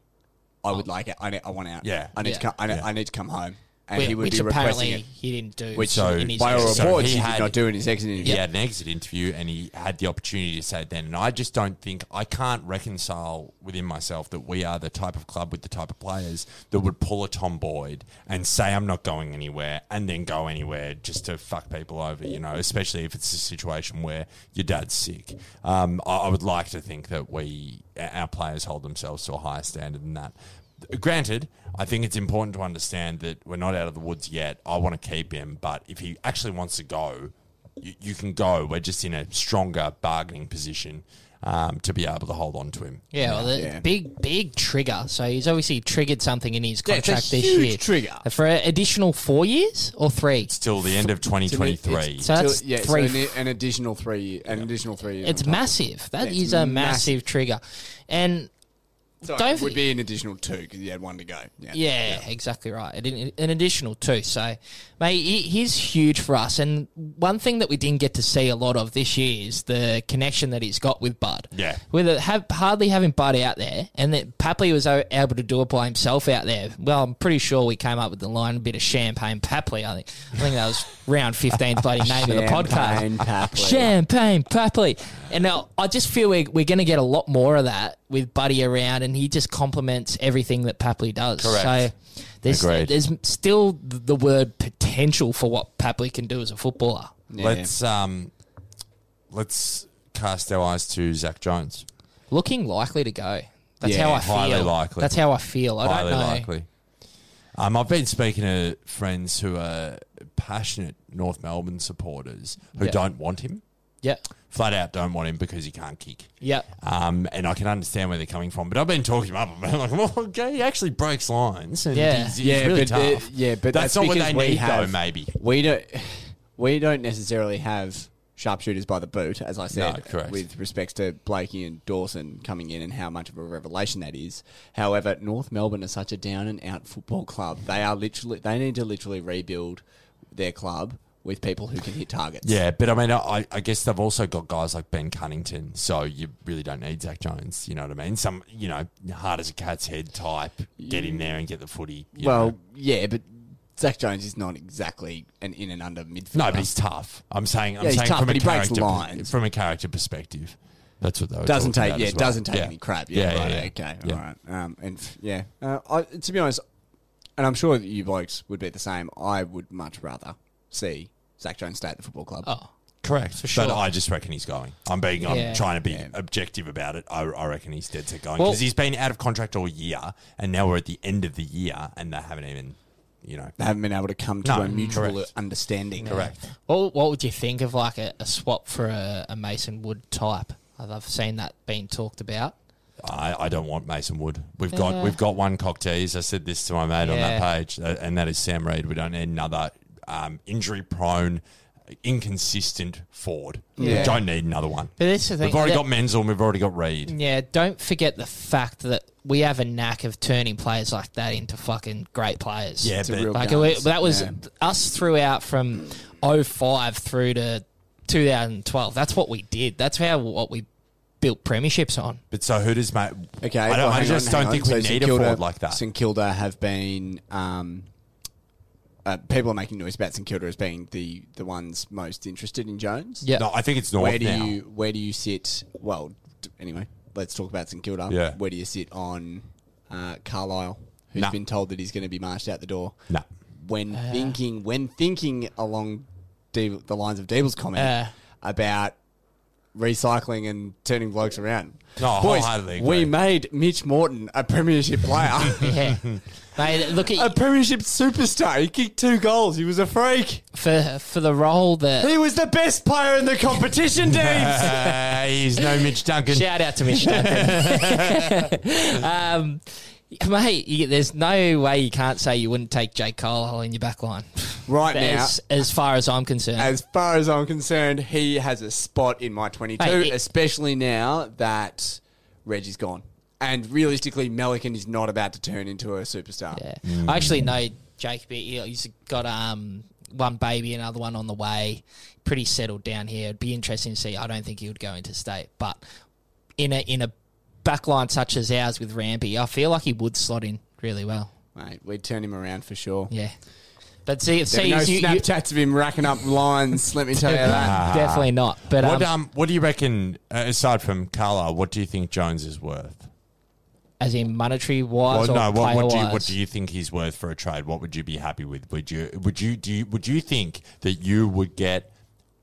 S1: "I would like it. I, ne- I want out.
S3: Yeah.
S1: I need
S2: Yeah.
S1: to come. I, ne-
S3: Yeah.
S1: I need to come home." And
S2: Whi-
S1: he would
S2: which
S1: be requesting
S2: apparently
S1: it.
S2: he didn't do.
S1: Which,
S3: So,
S2: in his
S1: By all
S2: exit.
S3: So
S1: reports,
S3: he
S1: he,
S3: had-
S1: did not do it in his exit interview.
S3: He had an exit interview and he had the opportunity to say it then. And I just don't think, I can't reconcile within myself that we are the type of club with the type of players that would pull a Tom Boyd and say, I'm not going anywhere and then go anywhere just to fuck people over, you know, especially if it's a situation where your dad's sick. Um, I, I would like to think that we, our players hold themselves to a higher standard than that. Granted, I think it's important to understand that we're not out of the woods yet. I want to keep him, but if he actually wants to go, you, you can go. We're just in a stronger bargaining position um, to be able to hold on to him.
S2: Yeah, well, the
S1: Yeah.
S2: big big trigger. So he's obviously triggered something in his
S1: Yeah, it's a
S2: contract this
S1: huge
S2: year. Uh,
S1: trigger.
S2: for an additional four years or three.
S3: Till the end of 2023.
S2: So that's
S1: Till- yeah, so
S2: three.
S1: an, an additional three, an additional three. years
S2: it's
S1: on top.
S2: massive. That is
S1: It's
S2: a
S1: massive.
S2: massive trigger, and
S1: Sorry,
S2: Don't
S1: it would
S2: think-
S1: be an additional two because you had one to go. Yeah.
S2: Yeah, exactly right. An an additional two. So, mate, he- he's huge for us. And one thing that we didn't get to see a lot of this year is the connection that he's got with Bud.
S3: Yeah.
S2: With it, have, hardly having Bud out there, and that Papley was o- able to do it by himself out there. Well, I'm pretty sure we came up with the line a bit of champagne Papley. I think I think that was round 15's bloody name of the podcast.
S1: Champagne Papley.
S2: Champagne Papley. And now I just feel we're, we're going to get a lot more of that with Buddy around, and he just complements everything that Papley does.
S3: Correct.
S2: So there's,
S3: Agreed.
S2: there's still the word potential for what Papley can do as a footballer.
S1: Yeah.
S3: Let's um, let's cast our eyes to Zach Jones.
S2: Looking likely to go. That's
S1: Yeah,
S2: how I feel.
S3: highly likely.
S2: That's how I feel. I
S3: Highly
S2: don't know.
S3: likely. Um, I've been speaking to friends who are passionate North Melbourne supporters who
S2: Yeah.
S3: don't want him,
S2: Yeah.
S3: flat out don't want him because he can't kick.
S2: Yeah.
S3: Um, and I can understand where they're coming from, but I've been talking him up. I'm like, well, okay, he actually breaks lines. And
S2: Yeah.
S3: he's, he's
S1: yeah,
S3: really
S1: but the-
S3: tough.
S1: yeah, but
S3: that's,
S1: that's,
S3: not what
S1: because
S3: they
S1: we
S3: need,
S1: have,
S3: though. Maybe
S1: we don't we don't necessarily have sharpshooters by the boot, as I said,
S3: No, correct.
S1: with respects to Blakey and Dawson coming in and how much of a revelation that is. However, North Melbourne are such a down and out football club. They are literally they need to literally rebuild their club with people who can hit targets.
S3: Yeah, but I mean, I, I guess they've also got guys like Ben Cunnington, so you really don't need Zach Jones. You know what I mean? Some, you know, hard as a cat's head type, get in there and get the footy. you
S1: Well,
S3: know.
S1: yeah, but Zach Jones is not exactly an in and under midfielder.
S3: no, but he's tough. I'm saying, I'm
S1: Yeah, he's
S3: saying
S1: tough,
S3: from a
S1: but he breaks
S3: character
S1: lines.
S3: from a character perspective. That's what they were
S1: doesn't
S3: talking
S1: take
S3: about
S1: yeah
S3: as well.
S1: doesn't take any crap yeah, right, okay
S3: Yeah.
S1: all right um and f- yeah uh, I, to be honest and I'm sure that you blokes would be the same I would much rather see Zach Jones stay at the football club
S2: Oh.
S3: correct.
S2: sure.
S3: But I just reckon he's going. I'm being, I'm
S2: Yeah.
S3: trying to be
S1: Yeah.
S3: objective about it. I, I reckon he's dead set going
S2: Well-
S3: because he's been out of contract all year, and now we're at the end of the year, and they haven't even, you know,
S1: they haven't been able to come to
S3: No,
S1: a mutual
S3: correct.
S1: understanding
S3: correct.
S2: Well, what would you think of like a, a swap for a, a Mason Wood type? I've I've seen that being talked about.
S3: I, I don't want Mason Wood. We've got we've got one cock tease. I said this to my mate on that
S2: Yeah.
S3: page, uh, and that is Sam Reid. We don't need another um, injury prone, inconsistent forward. We
S1: Yeah.
S3: don't need another one.
S2: But that's the thing.
S3: We've already
S2: that- Mm.
S3: got Menzel. We've already got Reid.
S2: Yeah, don't forget the fact that we have a knack of turning players like that into fucking great players.
S3: Yeah,
S1: it's a
S3: but
S1: real
S2: Like we,
S1: guns.
S2: that was
S1: Yeah.
S2: us throughout from 05 through to 2012. That's what we did. That's how what we built premierships on.
S3: but so who does mate?
S1: okay
S3: I,
S1: well,
S3: don't, I
S1: hang
S3: just
S1: on,
S3: don't
S1: hang
S3: think
S1: on.
S3: we
S1: So
S3: need
S1: St
S3: a
S1: Kilda-
S3: forward like that.
S1: St Kilda have been um uh, people are making noise about St Kilda as being the the ones most interested in Jones
S2: Yeah.
S3: No, I think it's North
S1: where do
S3: now.
S1: you where do you sit? Well, d- anyway, let's talk about St Kilda.
S3: Yeah.
S1: Where do you sit on uh, Carlisle, who's
S3: Nah.
S1: been told that he's going to be marched out the door?
S3: Nah.
S1: When thinking, when thinking along Deeb- the lines of Deeble's comment
S2: Yeah.
S1: about recycling and turning blokes around.
S3: No, I
S1: Boys,
S3: wholeheartedly agree.
S1: we made Mitch Morton a premiership player,
S2: Yeah. Mate, look
S1: a
S2: at
S1: premiership superstar. He kicked two goals. He was a freak.
S2: for for the role that
S1: He was the best player in the competition, Deebs.
S3: Uh, he's no Mitch Duncan.
S2: shout out to Mitch Duncan. um, mate, you, there's no way you can't say you wouldn't take Jake Carlisle in your back line.
S1: Right now,
S2: As, as far as I'm concerned.
S1: As far as I'm concerned, he has a spot in my 22,
S2: Mate, it-
S1: especially now that Reggie's gone. And realistically, Melican is not about to turn into a superstar.
S2: Yeah. I actually know Jake. But he- he's got um one baby, another one on the way. Pretty settled down here. It'd be interesting to see. I don't think he would go into state, but in a in a back line such as ours with Rampy, I feel like he would slot in really well.
S1: Mate, we'd turn him around for sure.
S2: Yeah. But see,
S1: There'd
S2: see,
S1: be no
S2: you, you-
S1: Snapchats of him racking up lines, let me tell you that.
S2: definitely not. But
S3: What
S2: um,
S3: um, what do you reckon? Uh, aside from Carlisle, what do you think Jones is worth?
S2: as in monetary wise
S3: Well,
S2: or
S3: no. What, what do you
S2: player-wise?
S3: what do you think he's worth for a trade? What would you be happy with? Would you would you do you, would you think that you would get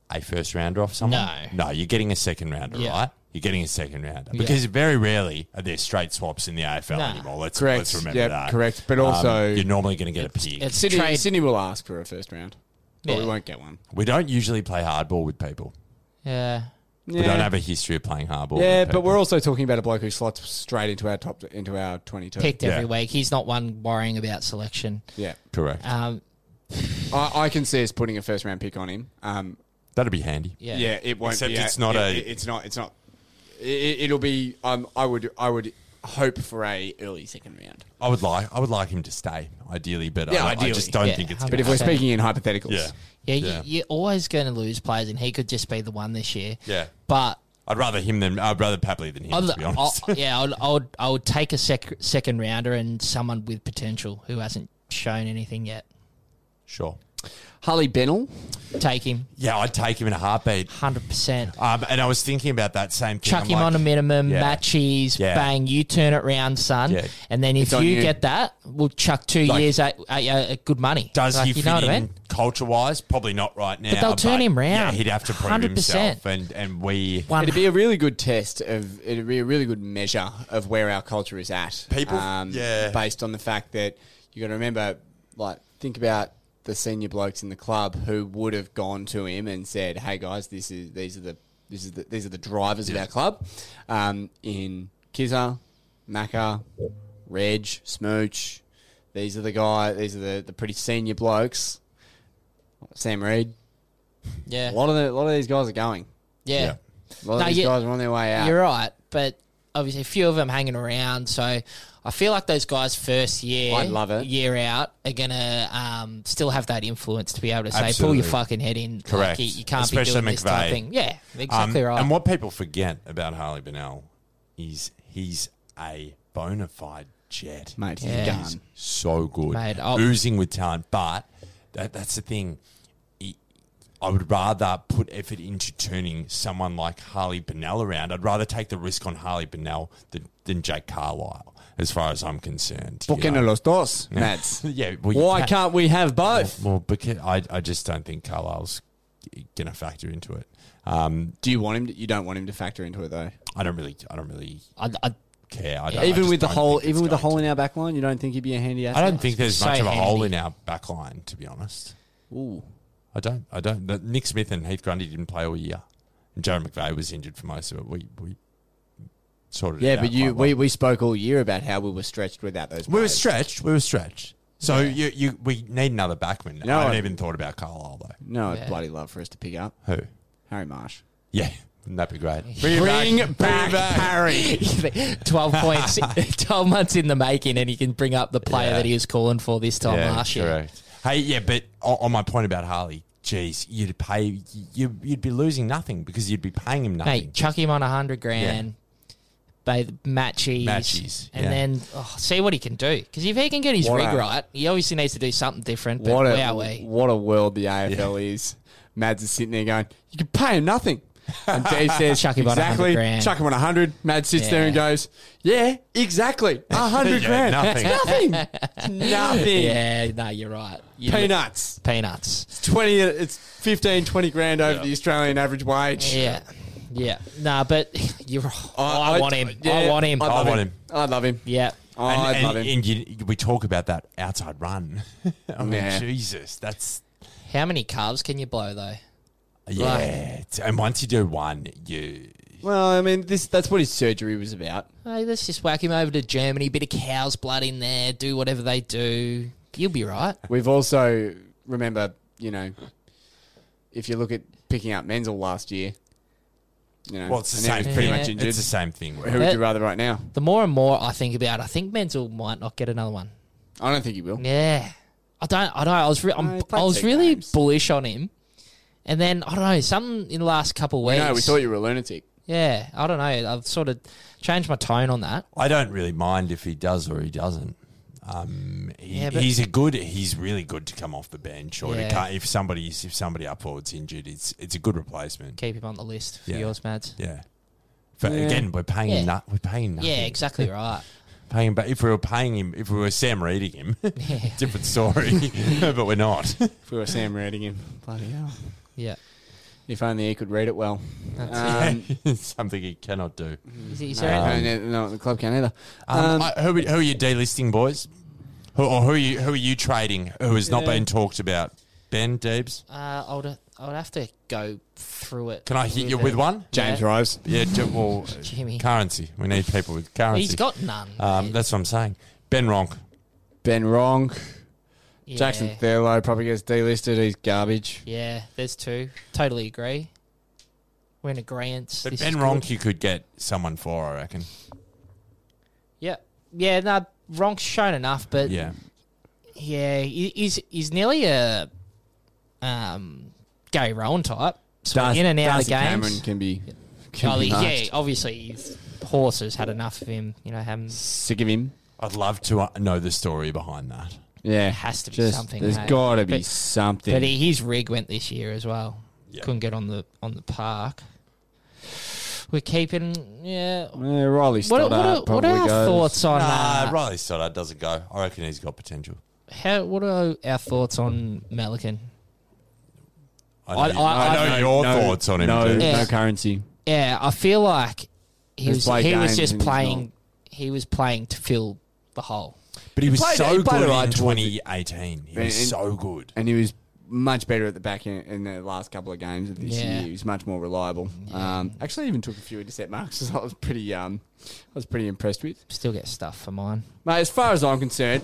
S3: a first rounder off someone?
S2: No.
S3: no. You're getting a second rounder,
S2: Yeah.
S3: right? You're getting a second rounder because very rarely are there straight swaps in the AFL
S2: Nah.
S3: anymore. Let's
S1: Correct.
S3: let's remember
S1: Yeah,
S3: that.
S1: correct. But
S3: Um,
S1: also-
S3: you're normally going to get a pick.
S2: It's
S1: Sydney,
S2: trade.
S1: Sydney will ask for a first round, but
S2: Yeah.
S1: we won't get one.
S3: we don't usually play hardball with people.
S2: Yeah.
S1: Yeah.
S3: We don't have a history of playing hardball.
S1: yeah,
S3: with
S1: but
S3: people.
S1: we're also talking about a bloke who slots straight into our top into our 22.
S2: Picked every
S3: Yeah.
S2: week. He's not one worrying about selection.
S1: Yeah,
S3: correct.
S2: Um,
S1: I, I can see us putting a first round pick on him. Um,
S3: That'd be handy.
S2: yeah.
S1: Yeah, it won't.
S3: Except
S1: be
S3: it's not a-
S1: it- it's not. It's not. It, it'll be. Um, I would. I would hope for a early second round.
S3: I would like I would like him to stay ideally, but
S1: Yeah,
S3: I, I
S1: ideally,
S3: just don't
S2: yeah.
S3: think it's
S2: But
S1: But if we're
S2: Okay.
S1: speaking in hypotheticals,
S3: yeah.
S2: Yeah,
S3: Yeah.
S2: You, you're always going to lose players, and he could just be the one this year.
S3: Yeah.
S2: But
S3: I'd rather him than I'd rather Papley than him.
S2: I'd,
S3: to be honest,
S2: I- yeah, I'd, I would I would take a sec, second rounder and someone with potential who hasn't shown anything yet.
S3: sure.
S1: Harley Bennell.
S2: Take him,
S3: Yeah, I'd take him in a heartbeat.
S2: hundred percent.
S3: Um, and I was thinking about that same thing.
S2: Chuck
S3: I'm
S2: him
S3: like,
S2: on a minimum,
S3: Yeah.
S2: matches,
S3: Yeah.
S2: bang, you turn it round, son.
S3: Yeah.
S2: And then if
S1: on
S2: you
S1: you.
S2: get that, we'll chuck two
S3: Like-
S2: years at, at, at good money.
S3: Does
S2: Like,
S3: he fit in culture wise? Probably not right now.
S2: they'll turn him
S3: Yeah,
S2: round.
S3: he'd have to prove
S2: 100%.
S3: himself, and and we
S2: One
S1: It'd be a really good test of. It'd be a really good measure of where our culture is at. um,
S3: People- yeah.
S1: Based on the fact that you got to remember, like, think about the senior blokes in the club who would have gone to him and said, "Hey guys, this is these are the this is the, these are the drivers of our club." Um, in Kizza, Macca, Reg, Smooch, these are the guy. These are the the pretty senior blokes. Sam Reed.
S2: yeah.
S1: A lot of the, a lot of these guys are going.
S2: yeah,
S3: Yeah.
S1: A lot of
S2: No,
S1: these
S2: you-
S1: guys are on their way out.
S2: You're right, but obviously a few of them hanging around. So I feel like those guys first year,
S1: I love it.
S2: year out, are gonna um, still have that influence to be able to say, pull
S3: Absolutely.
S2: your fucking head in.
S3: Correct.
S2: Like, you, you can't
S3: Especially
S2: be doing this type
S3: McVeigh.
S2: of thing. Yeah,
S3: Um,
S2: exactly right.
S3: And what people forget about Harley Benell is he's a bona fide jet.
S1: Mate, he's
S2: Yeah.
S1: a gun.
S3: So good.
S2: Mate, I'll-
S3: Oozing with talent. But that, that's the thing. He- I would rather put effort into turning someone like Harley Benell around. I'd rather take the risk on Harley Benell than, than Jake Carlisle, as far as I'm concerned. you
S1: Porque
S3: know?
S1: no los dos, Mads?
S3: Yeah, well, you
S1: Why
S3: can't-
S1: can't we have both?
S3: Well, because I, I just don't think Carlisle's going to factor into it. Um,
S1: Oh, Do you want him? To, you don't want him to factor into it though.
S3: I don't really, I don't really
S2: I, I,
S3: care. I don't, I
S1: even
S3: just
S1: with the
S3: don't
S1: hole,
S3: think it's
S1: even with the
S3: going
S1: hole
S3: to.
S1: in our back line, you don't think he'd be a handy asset.
S3: I don't think there's
S2: So
S3: much of a
S2: handy.
S3: hole in our back line, to be honest.
S1: Ooh.
S3: I don't. I don't. The, Nick Smith and Heath Grundy didn't play all year, and Jared McVeigh was injured for most of it. We we sorted.
S1: Yeah,
S3: it out
S1: but you
S3: quite well.
S1: we, we spoke all year about how we were stretched without those.
S3: we were
S1: players.
S3: stretched. We were stretched. So you you we need another backman.
S1: No,
S3: I haven't
S1: I-
S3: even thought about Carlisle though.
S1: No, I'd
S2: Yeah.
S1: bloody love for us to pick up
S3: Who?
S1: Harry Marsh.
S3: Yeah, wouldn't that be great?
S1: Bring
S3: Bring
S1: back
S3: back.
S1: Harry.
S2: 12 points, 12 months in the making, and you can bring up the player
S3: Yeah.
S2: that he was calling for this time last year.
S3: Correct. Hey, yeah, but on, on my point about Harley, geez, you'd pay you you'd be losing nothing because you'd be paying him nothing.
S2: Mate, chuck him on a hundred grand. By the matches,
S3: Matches,
S2: and
S3: yeah.
S2: then oh, see what he can do. Because if he can get his
S1: What
S2: rig
S1: a-
S2: right, he obviously needs to do something different. But
S1: What a
S2: wowee.
S1: what a world the AFL is. Mads is sitting there going, "You can pay him nothing." And Dave says,
S2: Chuck him on 100
S1: exactly.
S2: grand."
S1: Chuck him on a hundred. Mads sits
S2: Yeah.
S1: there and goes, "Yeah, exactly. A hundred
S3: Yeah,
S1: grand.
S3: nothing.
S1: It's nothing. It's nothing.
S2: Yeah, no, you're right. You-
S1: Peanuts.
S2: peanuts.
S1: It's twenty. It's 15, 20 grand over the Australian average wage.
S2: Yeah, yeah. Nah, but you're. I, want him. I
S1: yeah,
S2: want him.
S1: I'd love
S3: I want him.
S1: I love him.
S2: yeah.
S3: And,
S1: I'd
S2: Oh,
S3: and-
S1: love him.
S3: and you, we talk about that outside run. I mean,
S1: Yeah.
S3: Jesus, that's
S2: How many calves can you blow though?
S3: yeah. it's- And once you do one, you
S1: well, I mean, this—that's what his surgery was about.
S2: Hey, let's just whack him over to Germany. Bit of cow's blood in there. Do whatever they do. You'll be right.
S1: We've also remember, you know, if you look at picking up Menzel last year, you know,
S3: well, it's the
S1: and now
S3: same.
S1: he's pretty
S2: thing.
S1: much
S2: Yeah.
S1: injured.
S3: It's the same thing.
S1: Who
S3: Right?
S1: would
S2: That-
S1: you rather right now?
S2: The more and more I think about, it, I think Menzel might not get another one.
S1: I don't think he will.
S2: Yeah, I don't. I don't. I was. Re-
S1: No,
S2: I'm,
S1: he played
S2: I was
S1: two
S2: really
S1: games.
S2: bullish on him, and then I don't know. Something in the last couple of weeks.
S1: No, we thought you were a lunatic.
S2: Yeah, I don't know. I've sort of changed my tone on that.
S3: I don't really mind if he does or he doesn't. Um, he,
S2: Yeah, but-
S3: he's a good. He's really good to come off the bench or
S2: Yeah.
S3: to cut, if somebody's if somebody up forward's injured, it's it's a good replacement.
S2: Keep him on the list for
S3: Yeah.
S2: yours, Mads.
S3: Yeah. But again, we're paying
S2: Yeah.
S3: him. No, we're paying nothing.
S2: Yeah, exactly right.
S3: Paying him, but if we were paying him, if we were Sam reading him, different story. but we're not.
S1: If we were Sam reading him, bloody hell!
S2: Yeah,
S1: If only he could read it well. Um,
S3: Something he cannot do.
S2: is, is
S1: no,
S2: there any-
S1: no, no, the club can't either.
S3: Um,
S1: Um,
S3: I- who, who are you delisting, boys? Who, or who are you who are you trading? Who has not
S1: Yeah.
S3: been talked about? Ben Deebs.
S2: uh, I would. I would have to go through it.
S3: Can I hit you with
S2: it.
S3: one?
S1: James
S2: yeah.
S1: Rives.
S3: Yeah, ju- well, uh,
S2: Jimmy.
S3: currency. We need people with currency.
S2: He's got none.
S3: Um, that's what I'm saying. Ben Ronk.
S1: Ben Wrong.
S2: Yeah.
S1: Jackson Thurlow probably gets delisted. He's garbage.
S2: Yeah, there's two. Totally agree. We're in agreement.
S3: But Ben Ronk, you could get someone for, I reckon.
S2: yeah, no, wrong's shown enough, but
S3: Yeah.
S2: yeah, he- he's he's nearly a um, Gary Rowan type. Swing
S1: Darcy-
S2: in and out
S1: Darcy
S2: of games.
S1: Cameron can be. Can
S2: Well,
S1: be
S2: Oh, yeah,
S1: asked.
S2: obviously, he's, horse has had enough of him. You know, having
S1: Sick of him.
S3: I'd love to uh, know the story behind that.
S1: Yeah,
S2: has to be
S1: Just-
S2: something,
S1: There's
S2: mate.
S1: got to be
S2: But-
S1: something.
S2: but he, his rig went this year as well. Couldn't get on the on the park. We're keeping, yeah.
S1: yeah, Riley
S2: What,
S1: Stoddart
S2: what, are, what
S1: probably
S2: are our
S1: goes.
S2: thoughts on
S3: Nah,
S2: uh,
S3: Riley Stoddard doesn't go. I reckon he's got potential.
S2: how? What are our thoughts on Melican?
S3: I
S2: I-
S3: know,
S2: I-
S3: I know
S2: I-
S3: your
S1: No-
S3: thoughts on him.
S1: No,
S3: dude.
S2: Yeah.
S1: no currency.
S2: Yeah, I feel like he
S1: He's
S2: was
S1: played
S2: he was
S1: games
S2: just
S1: and he's
S2: playing. He was playing to fill the hole.
S3: But he was
S1: played-
S3: so
S1: he played
S3: good
S1: alright
S3: in
S1: towards the-
S3: 2018. He
S1: And-
S3: was so good.
S1: And he was much better at the back end in the last couple of games of this
S2: Yeah.
S1: year. He was much more reliable. Um, actually, even took a few intercept marks. So I was pretty, um, I was pretty impressed with.
S2: Still get stuff for mine.
S1: Mate, as far as I'm concerned,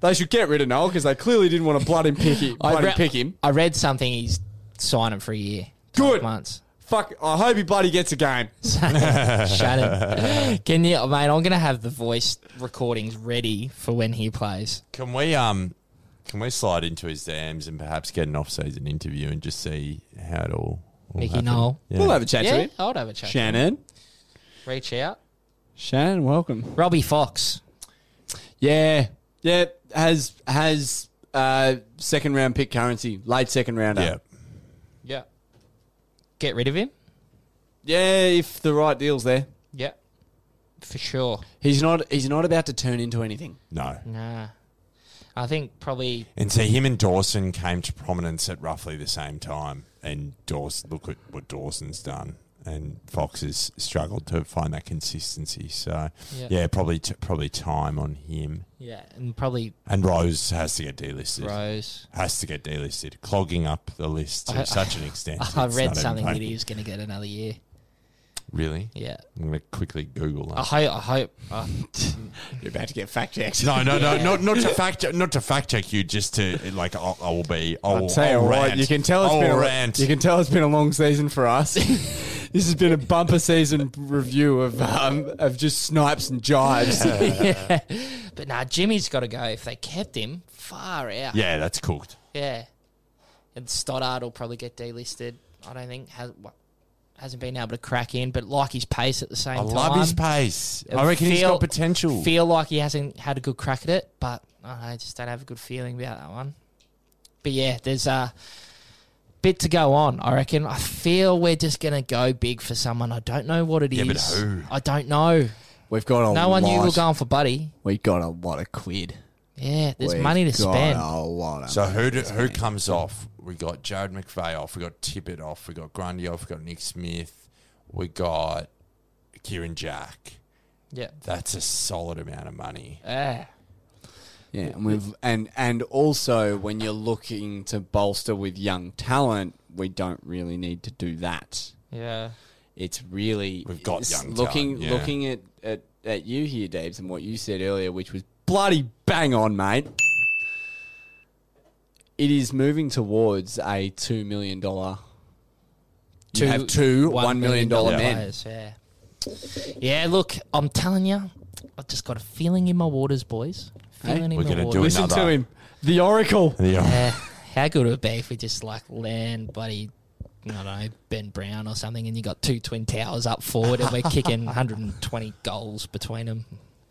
S1: they should get rid of Noel because they clearly didn't want to blood him pick him. Blood him
S2: re-
S1: pick him.
S2: I read something. He's signing for a year.
S1: Good.
S2: 12 months.
S1: Fuck! I hope he bloody gets a game.
S2: Shannon, can you, mate? I'm gonna have the voice recordings ready for when he plays.
S3: Can we um can we slide into his DMs and perhaps get an off season interview and just see how it all, all
S2: Mickey
S3: happened?
S2: Noel.
S3: Yeah.
S1: We'll have a chat to
S2: Yeah,
S1: him.
S2: I'll have a chat.
S1: Shannon,
S2: Reach out.
S1: Shannon, welcome.
S2: Robbie Fox.
S1: Yeah, yeah. Has has uh, second round pick currency, late second rounder.
S3: yeah.
S2: Yeah. Get rid of him.
S1: yeah. If the right deal's there,
S2: Yeah. For sure.
S1: he's not. He's not about to turn into anything.
S3: No.
S2: Nah. I think probably
S3: And see him and Dawson came to prominence at roughly the same time and Dawson look at what Dawson's done. And Fox has struggled to find that consistency. So
S2: Yeah.
S3: yeah, probably t- probably time on him.
S2: yeah, and probably
S3: And Rose has to get delisted.
S2: Rose.
S3: Has to get delisted, clogging up the list to
S2: I-
S3: such an extent.
S2: I
S3: it's
S2: read
S3: not even
S2: something that
S3: funny.
S2: he was going to get another year.
S3: Really?
S2: Yeah.
S3: I'm going to quickly Google that.
S2: I hope. I hope. Uh,
S1: You're about to get fact checked.
S3: No, no, no,
S2: Yeah.
S3: not not to fact check, not to fact check you, just to like I I will be. I will,
S1: I'll tell you
S3: I'll
S1: what,
S3: rant.
S1: you can tell it's
S3: I
S1: been
S3: will
S1: a,
S3: rant.
S1: you can tell it's been a long season for us. this has been a bumper season review of um, of just snipes and jibes.
S2: but nah, Jimmy's got to go. If they kept him, far out.
S3: yeah, that's cooked.
S2: Yeah. And Stoddard will probably get delisted. I don't think has wha- hasn't been able to crack in, but like his pace at the same
S3: I
S2: time.
S3: love his pace. I
S2: It
S3: reckon he's
S2: feel-
S3: got potential.
S2: Feel like he hasn't had a good crack at it, but I don't know, I just don't have a good feeling about that one. But yeah, there's a bit to go on. I reckon. I feel we're just gonna go big for someone. I don't know what it is.
S3: Yeah, but who? Oh,
S2: I don't know.
S1: We've got a
S2: No one knew we were
S1: lot.
S2: going for Buddy.
S1: We got a lot of quid.
S2: Yeah, there's
S1: We've
S2: money to
S1: got
S2: spend.
S1: A lot of.
S3: So who do, who comes off? We got Jared McVeigh off. We got Tippett off. We got Grundy off. We got Nick Smith. We got Kieran Jack.
S2: Yeah.
S3: That's a solid amount of money.
S2: Yeah.
S1: yeah, and we've and and also when you're looking to bolster with young talent, we don't really need to do that.
S2: Yeah.
S1: it's really
S3: We've got
S1: it's
S3: young
S1: looking
S3: talent, yeah.
S1: looking at, at at you here, Debs, and what you said earlier, which was bloody bang on, mate. It is moving towards a two million dollar. You have two one million dollar men.
S2: players, Yeah. Yeah. Look, I'm telling you, I just got a feeling in my waters, boys. Feeling in
S3: We're
S2: the
S3: gonna do
S2: waters.
S3: it.
S1: Listen to
S3: Another.
S1: him, the Oracle.
S3: Yeah.
S2: Yeah, how good would it be if we just like land bloody, I don't know, Ben Brown or something, and you got two twin towers up forward, and we're kicking 120 goals between them,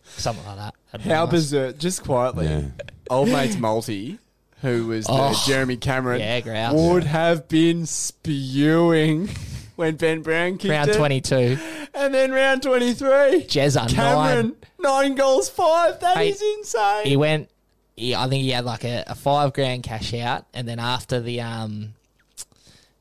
S2: something like that. That'd be
S1: How
S2: nice.
S1: berserk! Just quietly,
S3: Yeah.
S1: old mate's multi, who was the
S2: Oh.
S1: Jeremy Cameron,
S2: Yeah, grouse.
S1: would have been spewing when Ben Brown kicked
S2: Round
S1: it.
S2: 22,
S1: and then round twenty three.
S2: Jezza nine.
S1: Cameron, nine. goals, five. That
S2: Hey,
S1: is insane.
S2: He went. He, I think he had like a, a five grand cash out, and then after the um,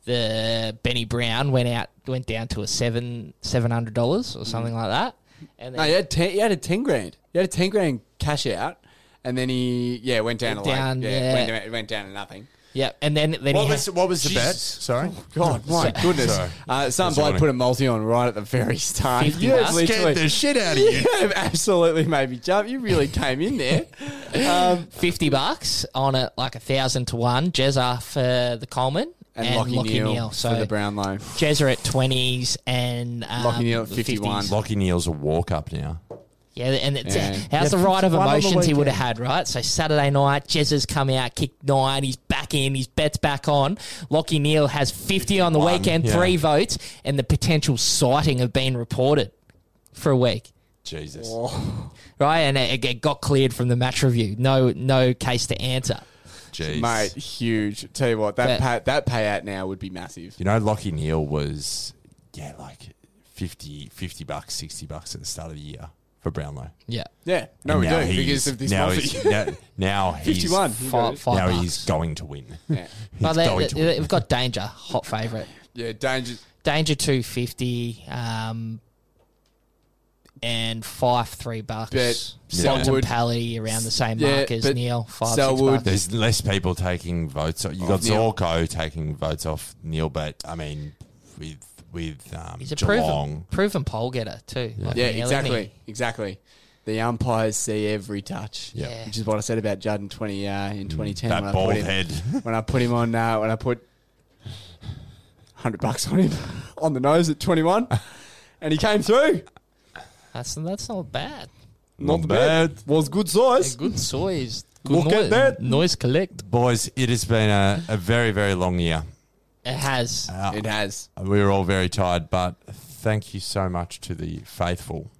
S2: the Benny Brown went out, went down to a seven seven hundred dollars or something like that. And
S1: Mm-hmm.
S2: then
S1: no, he had, ten, he had a 10 grand. He had a 10 grand cash out. And then he, yeah, went down
S2: Went
S1: to
S2: down,
S1: like,
S2: yeah.
S1: Went, down, went down to nothing.
S2: yeah, and then then
S3: What
S2: he
S3: was
S2: had,
S3: what was the bet?
S1: Jesus.
S3: Sorry.
S1: God, my goodness.
S3: Sorry.
S1: Uh, some
S3: That's
S1: bloke
S3: funny.
S1: put a multi on right at the very start.
S2: 50
S1: You have
S2: bucks.
S3: Scared
S1: literally,
S3: the shit out of
S1: you
S3: you.
S1: have absolutely made me jump. You really came in there. Um,
S2: fifty bucks on it, like a thousand to one. Jezza for the Coleman
S1: and, Lockie, Neal,
S2: So
S1: for the Brownlow.
S2: Jezza at twenties and um,
S1: Lockie Neal at 51.
S2: 50s.
S3: Lockie Neal's a walk up now.
S2: Yeah, and it's,
S1: Yeah.
S2: how's
S3: Yeah,
S2: the ride of
S3: fun on the
S2: emotions he would have
S3: weekend.
S2: had, right? So Saturday night, Jezza's come out, kicked nine, he's back in, his bet's back on. Lockie Neal has 50 on the
S3: 51,
S2: weekend,
S3: yeah.
S2: three votes, and the potential sighting have been reported for a week,
S3: Jesus.
S1: Oh,
S2: right? And it, it got cleared from the match review. No, no case to answer.
S3: Jeez.
S1: Mate, huge. Tell you what, that pay,
S2: But-
S1: that payout now would be massive.
S3: You know, Lockie Neal was, yeah, like 50, 50 bucks, 60 bucks at the start of the year for Brownlow.
S2: Yeah.
S1: Yeah, no,
S3: And
S1: we
S3: now
S1: do
S3: he's-
S1: because of this
S3: now
S1: multi.
S3: he's, now, now he's,
S1: 51. You got
S2: Five,
S1: it.
S2: five
S3: now
S2: bucks.
S3: he's going to win.
S1: Yeah.
S3: He's
S2: But
S3: going
S2: they,
S3: to
S2: they,
S3: win.
S2: have got Danger, hot favourite.
S1: yeah, danger.
S2: Danger 250, um, and five, three bucks.
S1: Bet Selwood.
S2: Quantum Pally around the same
S1: Yeah,
S2: mark as
S1: but
S2: Neil. Five,
S1: Selwood-
S2: six bucks.
S3: There's less people taking votes. You got
S1: Off Neil.
S3: Zorko taking votes off Neil, but I mean, with with um,
S2: He's a proven,
S3: Geelong,
S2: proven poll getter too. like
S1: Yeah,
S2: Neil, isn't
S1: exactly,
S2: he?
S1: exactly. The umpires see every touch.
S3: Yeah. Mm,
S2: Yeah.
S1: which is what I said about Judd in twenty uh, in twenty ten.
S3: that
S1: I
S3: bald
S1: put him,
S3: head.
S1: When I put him on, uh, when I put hundred bucks on him on the nose at twenty one, and he came through.
S2: That's that's not bad.
S1: Not,
S3: Not
S1: the bad.
S3: bad.
S1: Was good size.
S2: A good soys. Good
S1: Look at
S2: noise,
S1: that.
S2: noise collect.
S3: Boys, it has been a, a very, very long year.
S2: It
S3: Ah.
S2: has.
S1: It has.
S3: We were all very tired, but thank you so much to the faithful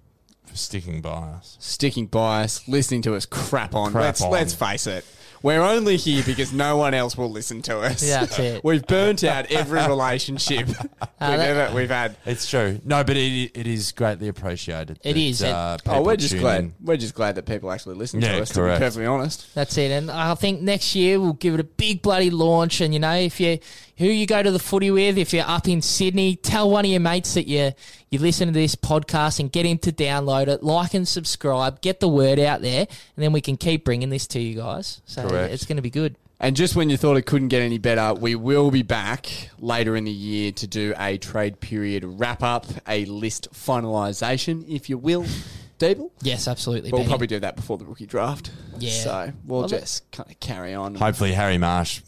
S3: for sticking by us.
S1: Sticking by us, listening to us crap on.
S3: Crap
S1: let's
S3: on.
S1: let's face it. We're only here because no one else will listen to us.
S2: Yeah, that's it.
S1: We've burnt out every relationship
S3: Uh,
S1: we've
S2: that-
S1: ever we've had.
S3: It's true. No, but it, it is greatly appreciated. that,
S2: It
S3: uh,
S2: is, and-
S1: Oh,
S3: people
S1: we're just
S3: tune
S1: glad.
S3: in.
S1: We're just glad that people actually listen
S3: Yeah,
S1: to us. To
S3: correct.
S1: be perfectly honest,
S2: That's it. And I think next year we'll give it a big bloody launch. And you know, if you who you go to the footy with, if you're up in Sydney, tell one of your mates that you you listen to this podcast and get him to download it, like and subscribe, get the word out there, and then we can keep bringing this to you guys. So
S3: Correct.
S2: it's going to be good.
S1: and just when you thought it couldn't get any better, we will be back later in the year to do a trade period wrap up, a list finalisation, if you will, Deeble.
S2: Yes, absolutely.
S1: We'll
S2: Benny.
S1: probably do that before the rookie draft.
S2: Yeah.
S1: So we'll
S2: Well,
S1: just kind of carry on.
S3: Hopefully, Harry Marsh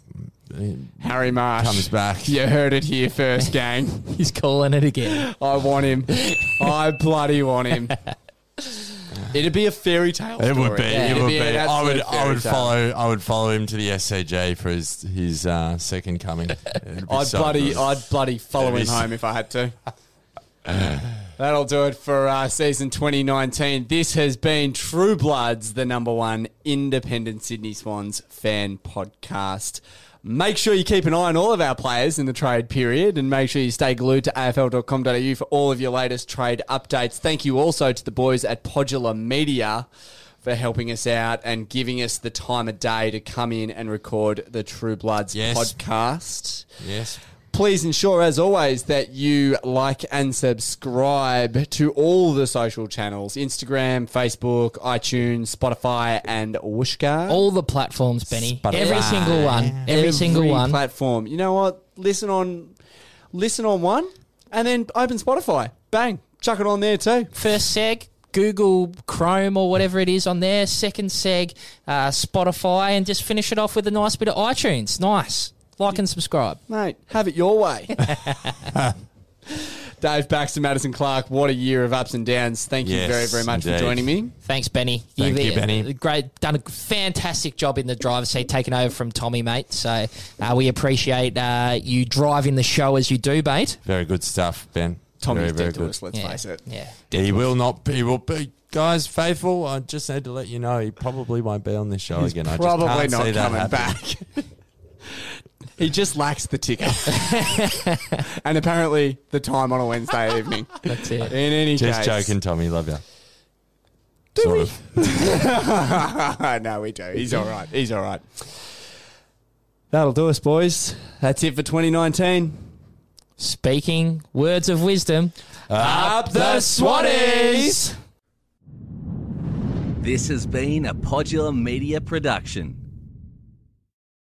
S1: Harry Marsh
S3: comes back.
S1: You heard it here first, gang.
S2: he's calling it again.
S1: I want him. I bloody want him. It'd be a fairy tale.
S3: It
S1: story.
S3: would be.
S1: It'd
S3: it would be.
S1: an
S3: I would.
S1: absolute
S3: I would
S1: fairy tale.
S3: follow. I would follow him to the SCG for his his uh, second coming. It'd be
S1: I'd
S3: so
S1: bloody,
S3: good.
S1: I'd bloody follow
S3: It
S1: him
S3: is.
S1: home if I had to. That'll do it for uh, season 2019. This has been True Bloods, the number one independent Sydney Swans fan podcast. Make sure you keep an eye on all of our players in the trade period and make sure you stay glued to afl.com.au for all of your latest trade updates. Thank you also to the boys at Podula Media for helping us out and giving us the time of day to come in and record the True Bloods
S3: Yes.
S1: podcast.
S3: Yes.
S1: Please ensure, as always, that you like and subscribe to all the social channels Instagram, Facebook, iTunes, Spotify, and Wooshka.
S2: All the platforms, Benny.
S3: Spotify.
S2: Every single one. Every, single one.
S1: platform. You know what? Listen on, listen on one, and then open Spotify. Bang, chuck it on there too.
S2: First seg, Google Chrome or whatever it is on there. Second seg, uh, Spotify, and just finish it off with a nice bit of iTunes. Nice. Like and subscribe.
S1: Mate, have it your way. Dave Baxter, Madison Clark, what a year of ups and downs. Thank you
S3: Yes,
S1: very, very much
S3: indeed.
S1: for joining me.
S2: Thanks, Benny.
S3: Thank you,
S2: uh,
S3: Benny.
S2: Great, done a fantastic job in the driver's seat, taking over from Tommy, mate. So uh, we appreciate uh, you driving the show as you do, mate.
S3: Very good stuff, Ben.
S1: Tommy's
S3: very, very
S1: dead to
S3: good.
S1: us, let's
S2: Yeah,
S1: face it.
S2: Yeah.
S3: He will not. Be, he will be. Guys, faithful. I just need to let you know he probably won't be on this show again. I
S1: probably
S3: just can't
S1: not
S3: see that
S1: coming
S3: happening.
S1: back. he just lacks the ticker, and apparently the time on a Wednesday evening.
S2: That's
S1: In
S2: it.
S1: any
S3: Just
S1: case,
S3: joking, Tommy. Love you. sort of.
S1: no, we do. He's all right. He's all right. That'll do us, boys. That's it for 2019.
S2: Speaking words of wisdom.
S1: Up the Swannies!
S6: This has been a Podular Media production.